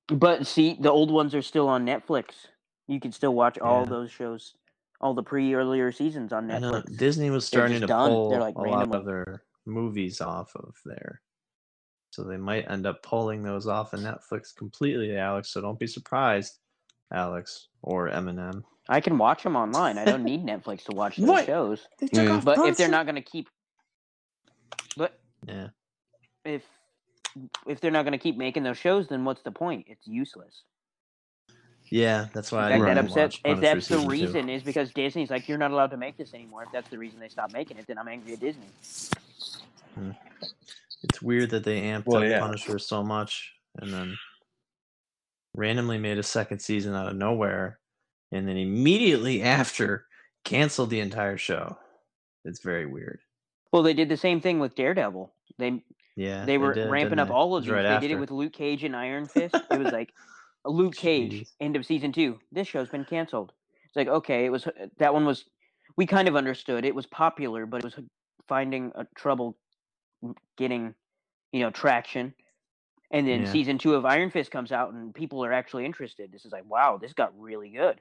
But see, the old ones are still on Netflix. You can still watch all Yeah. those shows, all the pre earlier seasons on I know Netflix. Disney was starting just to done. They're, pull like, a lot randomly- of their movies off of there, so they might end up pulling those off of Netflix completely, Alex. So don't be surprised, Alex or Eminem. I can watch them online. I don't need Netflix to watch those What? shows. They took Yeah. off But if they're not going to keep, but yeah, if if they're not going to keep making those shows, then what's the point? It's useless. yeah, that's In why I fact, didn't that upset. watch If Punisher that's the season two. reason, is because Disney's like, you're not allowed to make this anymore. If that's the reason they stopped making it, then I'm angry at Disney. It's weird that they amped Well, up yeah. Punisher so much and then randomly made a second season out of nowhere and then immediately [laughs] after canceled the entire show. It's very weird. Well, they did the same thing with Daredevil. They Yeah. they were did, ramping didn't up they? all of It these. was they did it after. with Luke Cage and [laughs] Iron Fist. it was like Luke Cage, Jeez. end of season two. This show's been canceled. It's like okay, it was that one was we kind of understood it was popular, but it was finding a trouble getting you know traction. And then Yeah. season two of Iron Fist comes out, and people are actually interested. This is like wow, this got really good.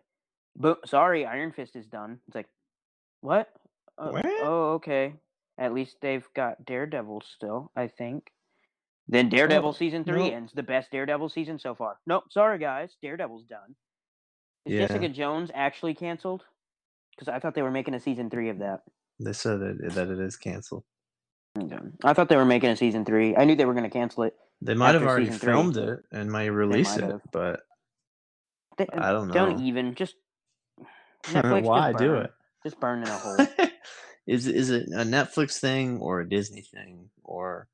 But sorry, Iron Fist is done. It's like what? Uh, What? Oh, okay. At least they've got Daredevil still, I think. Then Daredevil season three no. ends, the best Daredevil season so far. Nope, sorry guys, Daredevil's done. Is Yeah. Jessica Jones actually canceled? Because I thought they were making a season three of that. They said that, that it is canceled. Okay. I thought they were making a season three. I knew they were going to cancel it. They might have After already season three. filmed it and might release might it, have. but They- I don't know. Don't even just Netflix, [laughs] just why do burn. it. just burn in [laughs] a hole. is is it a Netflix thing or a Disney thing or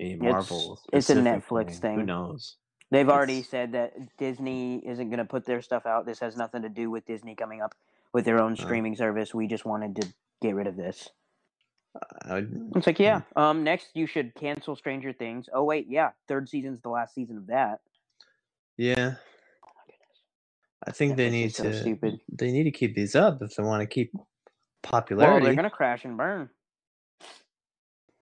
a Marvel? it's a specific Netflix Who thing. knows? They've already It's- said that Disney isn't going to put their stuff out. This has nothing to do with Disney coming up with their own Oh. streaming service. We just wanted to get rid of this. I, It's like, yeah. Mm. Um, next you should cancel Stranger Things. Oh wait, yeah, third season's the last season of that. yeah, Oh I think they Netflix is need so to. stupid. They need to keep these up if they want to keep Well, popularity. they're gonna crash and burn.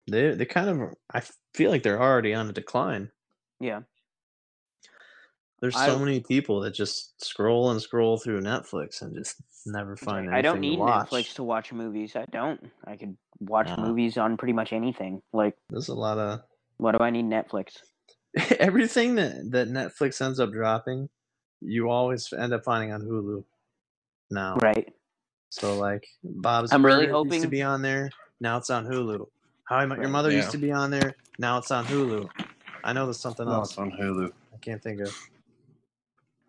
they they kind of. I feel like they're already on a decline. Yeah. There's I- so many people that just scroll and scroll through Netflix and just never find. I don't anything to need watch. Netflix to watch movies. I don't. I could watch Yeah. movies on pretty much anything. Like, There's a lot of [laughs] why do I need Netflix? everything that that Netflix ends up dropping. You always end up finding on Hulu now. Right. So like Bob's I'm really Burgers used to hoping- be on there. Now it's on Hulu. How I Met Your Right, Mother yeah. used to be on there. Now it's on Hulu. I know there's something No, else it's on Hulu. I can't think of. uh,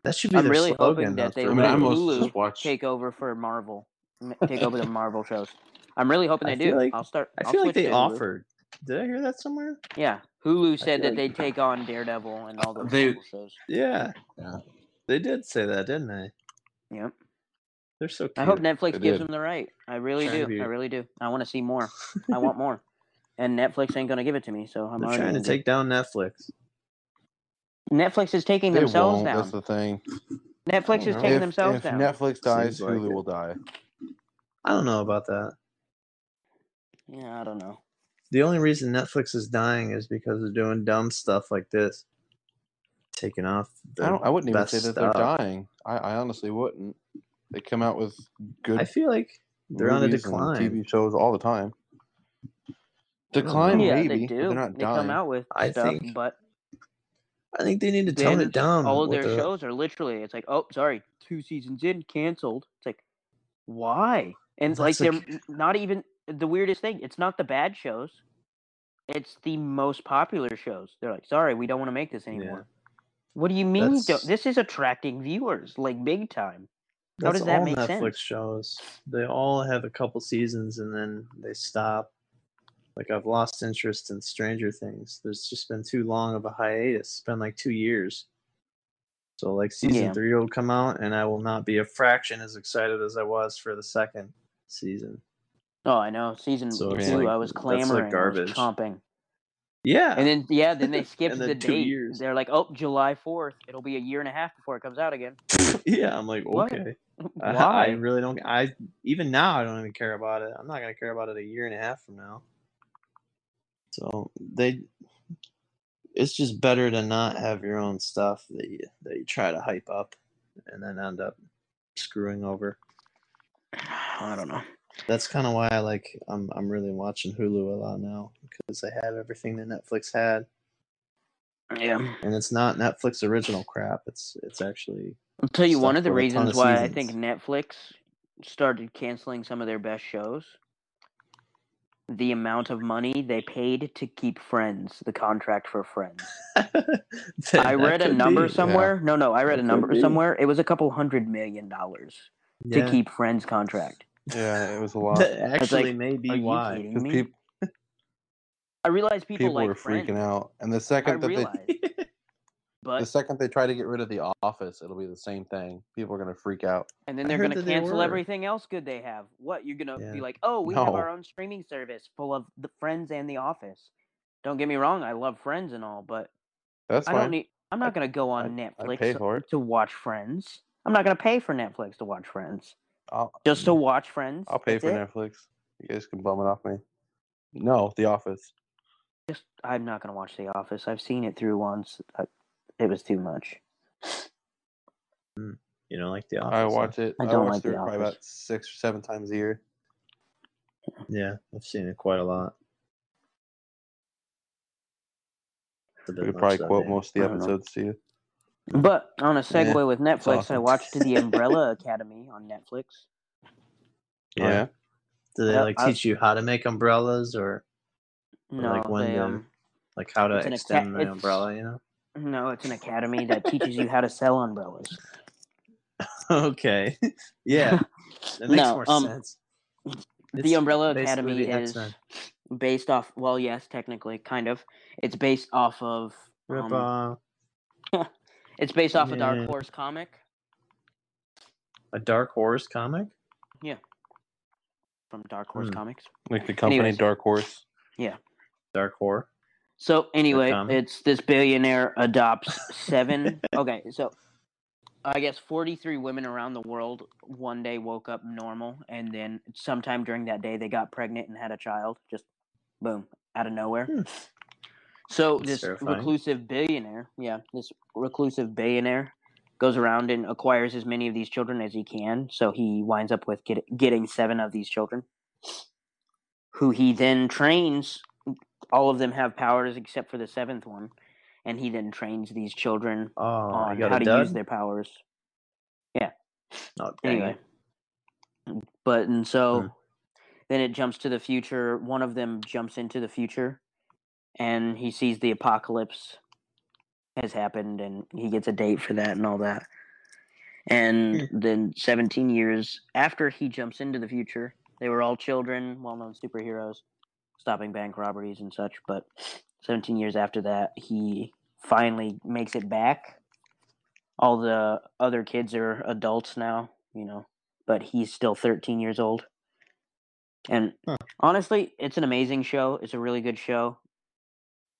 That should be I'm their really slogan, hoping though, that they for They I a mean, let I minute. will- mostly Hulu just watch. Take over for Marvel. M- [laughs] Take over the Marvel shows. I'm really hoping I they feel do. like- I'll start. I will feel like they offered. Did I hear that somewhere? Yeah, Hulu said feel that like- they'd take on Daredevil and all those They- Marvel shows. Yeah. Yeah. They did say that, didn't they? Yep. They're so cute. I hope Netflix They gives did. them the right. I really Trying to do. be- I really do. I want to [laughs] see more. I want more. And Netflix ain't gonna give it to me, so I'm They're already trying to angry. take down Netflix. Netflix is taking They themselves won't. That's down. the thing. Netflix is know. taking if themselves if down. Netflix dies, like Hulu it. will die. I don't know about that. yeah, I don't know. The only reason Netflix is dying is because they're doing dumb stuff like this, taking off. I their don't. I wouldn't even best say that stuff. they're dying. I, I honestly wouldn't. They come out with good. I feel like they're on a movies and decline. TV shows all the time. I don't Decline, know. yeah, maybe. they but do. They're not they dying. [laughs] come out with I stuff, think but I think they need to They tone end it up- down. all of with their the- shows are literally it's like, oh, sorry, two seasons in, canceled. It's like, why? And like That's they're like- n- not even the weirdest thing. It's not the bad shows. It's the most popular shows. They're like, sorry, we don't want to make this anymore. What do you mean? you That's- Don't? This is attracting viewers like big time. How That's does that all make Netflix sense? shows. They all have a couple seasons and then they stop. Like I've lost interest in Stranger Things. There's just been too long of a hiatus. It's been like two years. So like season Yeah. three will come out and I will not be a fraction as excited as I was for the second season. Oh, I know. Season So it's two, like- I was that's like clamoring, garbage. I [laughs] was chomping, Yeah. and then yeah, then they And skipped then the two date. years. They're like, oh, July fourth. It'll be a year and a half before it comes out again. [laughs] [laughs] yeah, I'm like, What? okay. I- Why? I really don't I even now I don't even care about it. I'm not gonna care about it a year and a half from now. So they it's just better to not have your own stuff that you, that you try to hype up and then end up screwing over. I don't know. That's kind of why I like I'm I'm really watching Hulu a lot now because they have everything that Netflix had Yeah. and it's not Netflix original crap. It's it's actually [laughs] I'll tell you one stuff of the with a ton reasons of why I seasons. think Netflix started canceling some of their best shows. The amount of money they paid to keep Friends, the contract for [laughs] Friends. I read a number somewhere. No, no, I read That a could number be. somewhere. It was a couple hundred million dollars to keep Friends contract. Yeah, [laughs] it was a lot. That actually may Are be you why. kidding Because me? peop- I realize people, people like were Friends, freaking out, and the I second [laughs] that realize, they the but second they try to get rid of the Office, it'll be the same thing. People are gonna freak out. and then they're heard going to that they cancel were. everything else good they have. What you're going to Yeah. be like? Oh, we have No. our own streaming service full of the Friends and The Office. Don't get me wrong, I love Friends and all, but That's I fine. don't need. I'm not going to go on I Netflix pay for it. to watch Friends. I'm not going to pay for Netflix to watch Friends. I'll, mm. Just to watch Friends. I'll pay that's for it. Netflix. You guys can bum it off me. No, The Office. Just I'm not going to watch The Office. I've seen it through once. I, it was too much. [laughs] You know, like the office. I huh? watch it. I I, don't watch like The through it probably Office. about six or seven times a year. Yeah, I've seen it quite a lot. It's a bit We could much, probably though, quote Dave. most of the I don't know. episodes to you. But on a Yeah, segue with Netflix, I awesome. watched [laughs] The Umbrella Academy on Netflix. Oh, yeah. Yeah. Do they Yeah, like I- teach you how to make umbrellas or No, like when they the- um, like how to It's an extend atta- the it's- umbrella? [laughs] You know. [laughs] no, it's an academy that teaches you how to sell umbrellas. okay. [laughs] [laughs] Yeah, that makes No, more um, sense. [laughs] It's the Umbrella basically Academy the is X-Men. based off. Well, yes, technically, kind of. It's based off of. Rip um, off it's based off a Yeah. Dark Horse comic. a Dark Horse comic. from Dark Horse Hmm. Comics. Like the company Anyways. Dark Horse. Dark Horror. So anyway, comic? it's this billionaire [laughs] adopts seven. okay, so I guess forty-three women around the world one day woke up normal, and then sometime during that day they got pregnant and had a child. Just boom, out of nowhere. Hmm. So That's this terrifying. reclusive billionaire, yeah, this reclusive billionaire goes around and acquires as many of these children as he can. So he winds up with get, getting seven of these children, who he then trains. All of them have powers except for the seventh one, and he then trains these children Oh, on I got how a to dud. use their powers. Oh, dang Anyway, it. but and so Hmm. then it jumps to the future. One of them jumps into the future, and he sees the apocalypse has happened, and he gets a date for that and all that. And then 17 years after he jumps into the future, they were all children, well-known superheroes, stopping bank robberies and such. But 17 years after that, he finally makes it back. All the other kids are adults now, you know, but he's still 13 years old. And Huh. honestly, it's an amazing show. It's a really good show.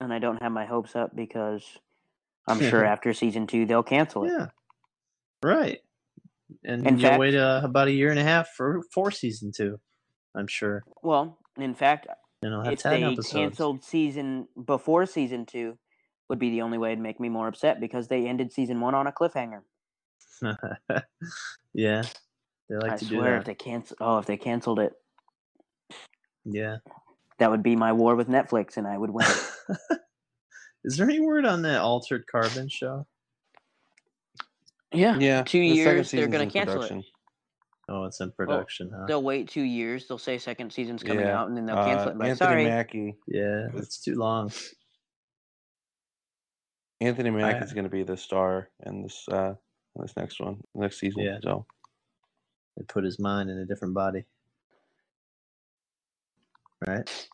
And I don't have my hopes up because I'm [laughs] sure after season two, they'll cancel it. Yeah. Right. And In you'll fact- wait uh, about a year and a half for for season two, I'm sure. Well, in fact, And I'll have if ten they episodes. canceled season before season two, would be the only way to make me more upset because they ended season one on a cliffhanger. [laughs] yeah. They like I to swear, do if that. they cancel, oh, if they canceled it, Yeah. that would be my war with Netflix, and I would win. [laughs] Is there any word on that altered carbon show? yeah, [laughs] Yeah. Two the second years, they're season's gonna in cancel it. production. Oh, it's in production, huh? they'll wait two years. They'll say second season's coming Yeah, out, and then they'll Uh, cancel it. By Anthony sorry, Mackie. Yeah, it's too long. Anthony I- Mackie's going to be the star in this uh in this next one, next season. Yeah. So They put his mind in a different body. Right?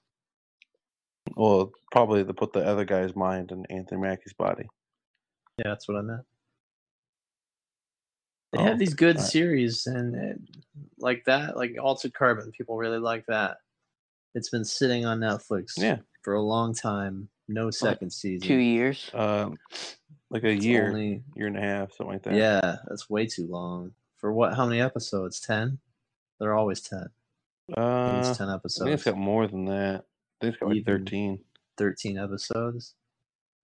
well, probably they put the other guy's mind in Anthony Mackie's body. Yeah, that's what I meant. They Oh, have these good all right. series and it, like that, like Altered Carbon. People really like that. It's been sitting on Netflix Yeah. for a long time. No second season. [laughs] two years. Um, like a It's year, only- year and a half, something like that. yeah, that's way too long. For what? How many episodes? Ten? They're always ten. At Uh, least ten I think it's episodes. got more than that. I think it's got like Even- thirteen. Thirteen episodes.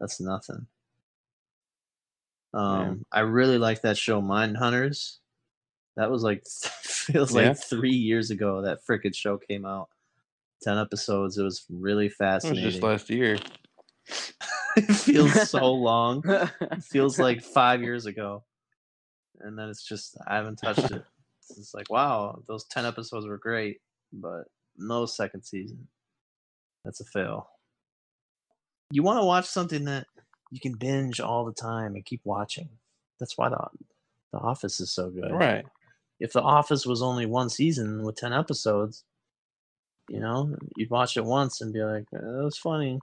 That's nothing. Um, Yeah. I really like that show, Mind Hunters. That was like [laughs] feels Yeah. like three years ago that frickin' show came out. Ten episodes. It was really It was fascinating. It, just last year. [laughs] [laughs] feels so long. Oh It feels feels [laughs] like five years ago, and then it's just I haven't touched [laughs] it. It's just like wow, those ten episodes were great, but no second season. That's a fail. You want to watch something that you can binge all the time and keep watching. That's why the the Office is so good Right. if the office was only one season with 10 episodes you know you'd watch it once and be like "Eh, that was funny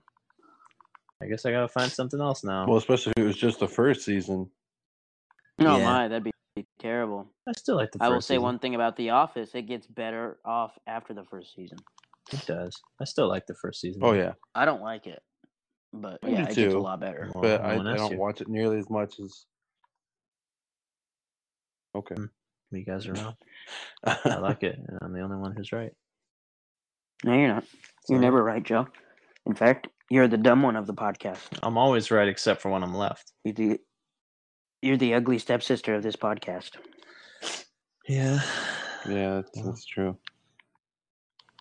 i guess i gotta find something else now Well, especially if it was just the first season. no, Yeah. my that'd be terrible. i still like the first I will say season. one thing about The Office: it gets better off after the first season. it does i still like the first season Oh yeah, I don't like it, but I yeah, do it gets a too. lot better. Well, but no I, one I asked don't you. watch it nearly as much as. [laughs] Okay. you guys are [laughs] wrong i like it and i'm the only one who's right No, you're not. You're So, never right, Joe. In fact, you're the dumb one of the podcast. i'm always right except for when i'm left You're the, you're the ugly stepsister of this podcast. [laughs] yeah yeah, that's, Wow. that's true.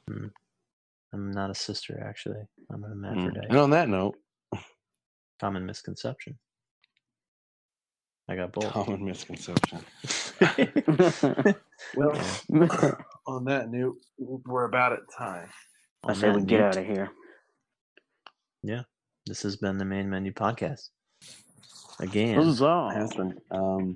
i'm not a sister actually i'm an Mm. hermaphrodite And on that note, common misconception i got both [laughs] [laughs] common misconception. Well, Oh, on that note, we're about at time. I On say that we get note, out of here. This has been the main menu podcast. Again, It has been. Um,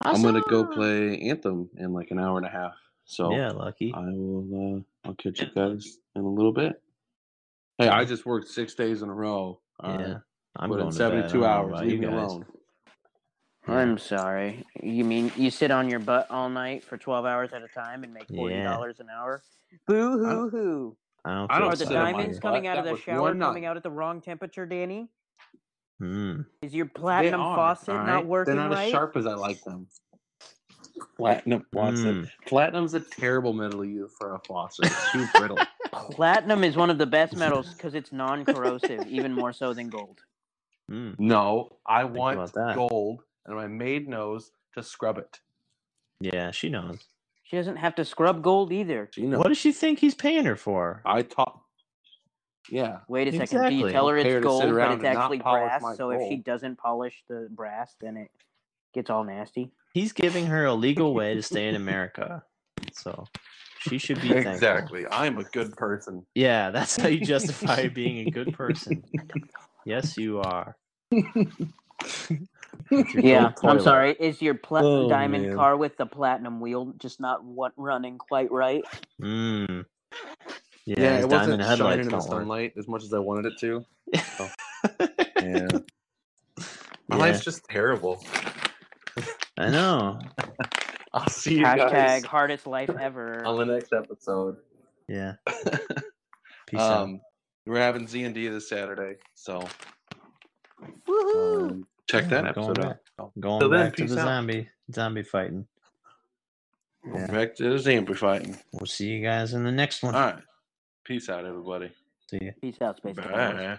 I'm gonna go play Anthem in like an hour and a half. So yeah, lucky. I will. Uh, I'll catch you guys in a little bit. Hey, I just worked six days in a row. Uh, yeah, I'm but going in to bed. I don't 72 know hours, about leave you me guys. alone. I'm sorry. You mean you sit on your butt all night for 12 hours at a time and make $40 an hour? Boo hoo hoo. I don't. I Feel don't sorry Are the sit for on my diamonds you. butt. coming out of That the was shower one night. coming out at the wrong temperature, Danny? Mm. Is your platinum Hmm. are, faucet all right? not working They're not right? as sharp as I like them. Platinum Watson. Mm. Platinum's a terrible metal to use for a faucet. It's too [laughs] brittle. Platinum is one of the [laughs] best metals because it's non-corrosive, even more so than gold. Mm. No, I Think want about that. gold, and my maid knows to scrub it. Yeah, she knows. She doesn't have to scrub gold either. She knows. What does she think he's paying her for? I taught. Yeah, Wait a second. Do you Exactly. tell her Don't pay her it's to sit gold, around but it's and not actually polish brass? my So if she gold. doesn't polish the brass, then it gets all nasty. He's giving her a legal way to [laughs] stay in America. So she should be thankful. exactly. I'm a good person. Yeah, that's [laughs] how you justify being a good person. Yes, you are. With your Yeah, gold I'm toilet. sorry. Is your platinum Oh, diamond man. car with the platinum wheel just not what running quite right? Mm. Yeah, Yeah, his it diamond wasn't shining headlights in the don't work. sunlight as much as I wanted [laughs] it to. yeah. [laughs] Yeah, my life's just terrible. I know. I'll see you Hashtag guys hardest life ever. on the next episode. Yeah. [laughs] Peace out. um, we're having Z and D this Saturday, so Woohoo! um, check that Yeah, going episode out. Going till then, back to peace the out. zombie zombie fighting. Yeah. Back to the zombie [laughs] fighting. We'll see you guys in the next one. All right, peace out, everybody. See ya. Peace out, Space Cowboys. Bye.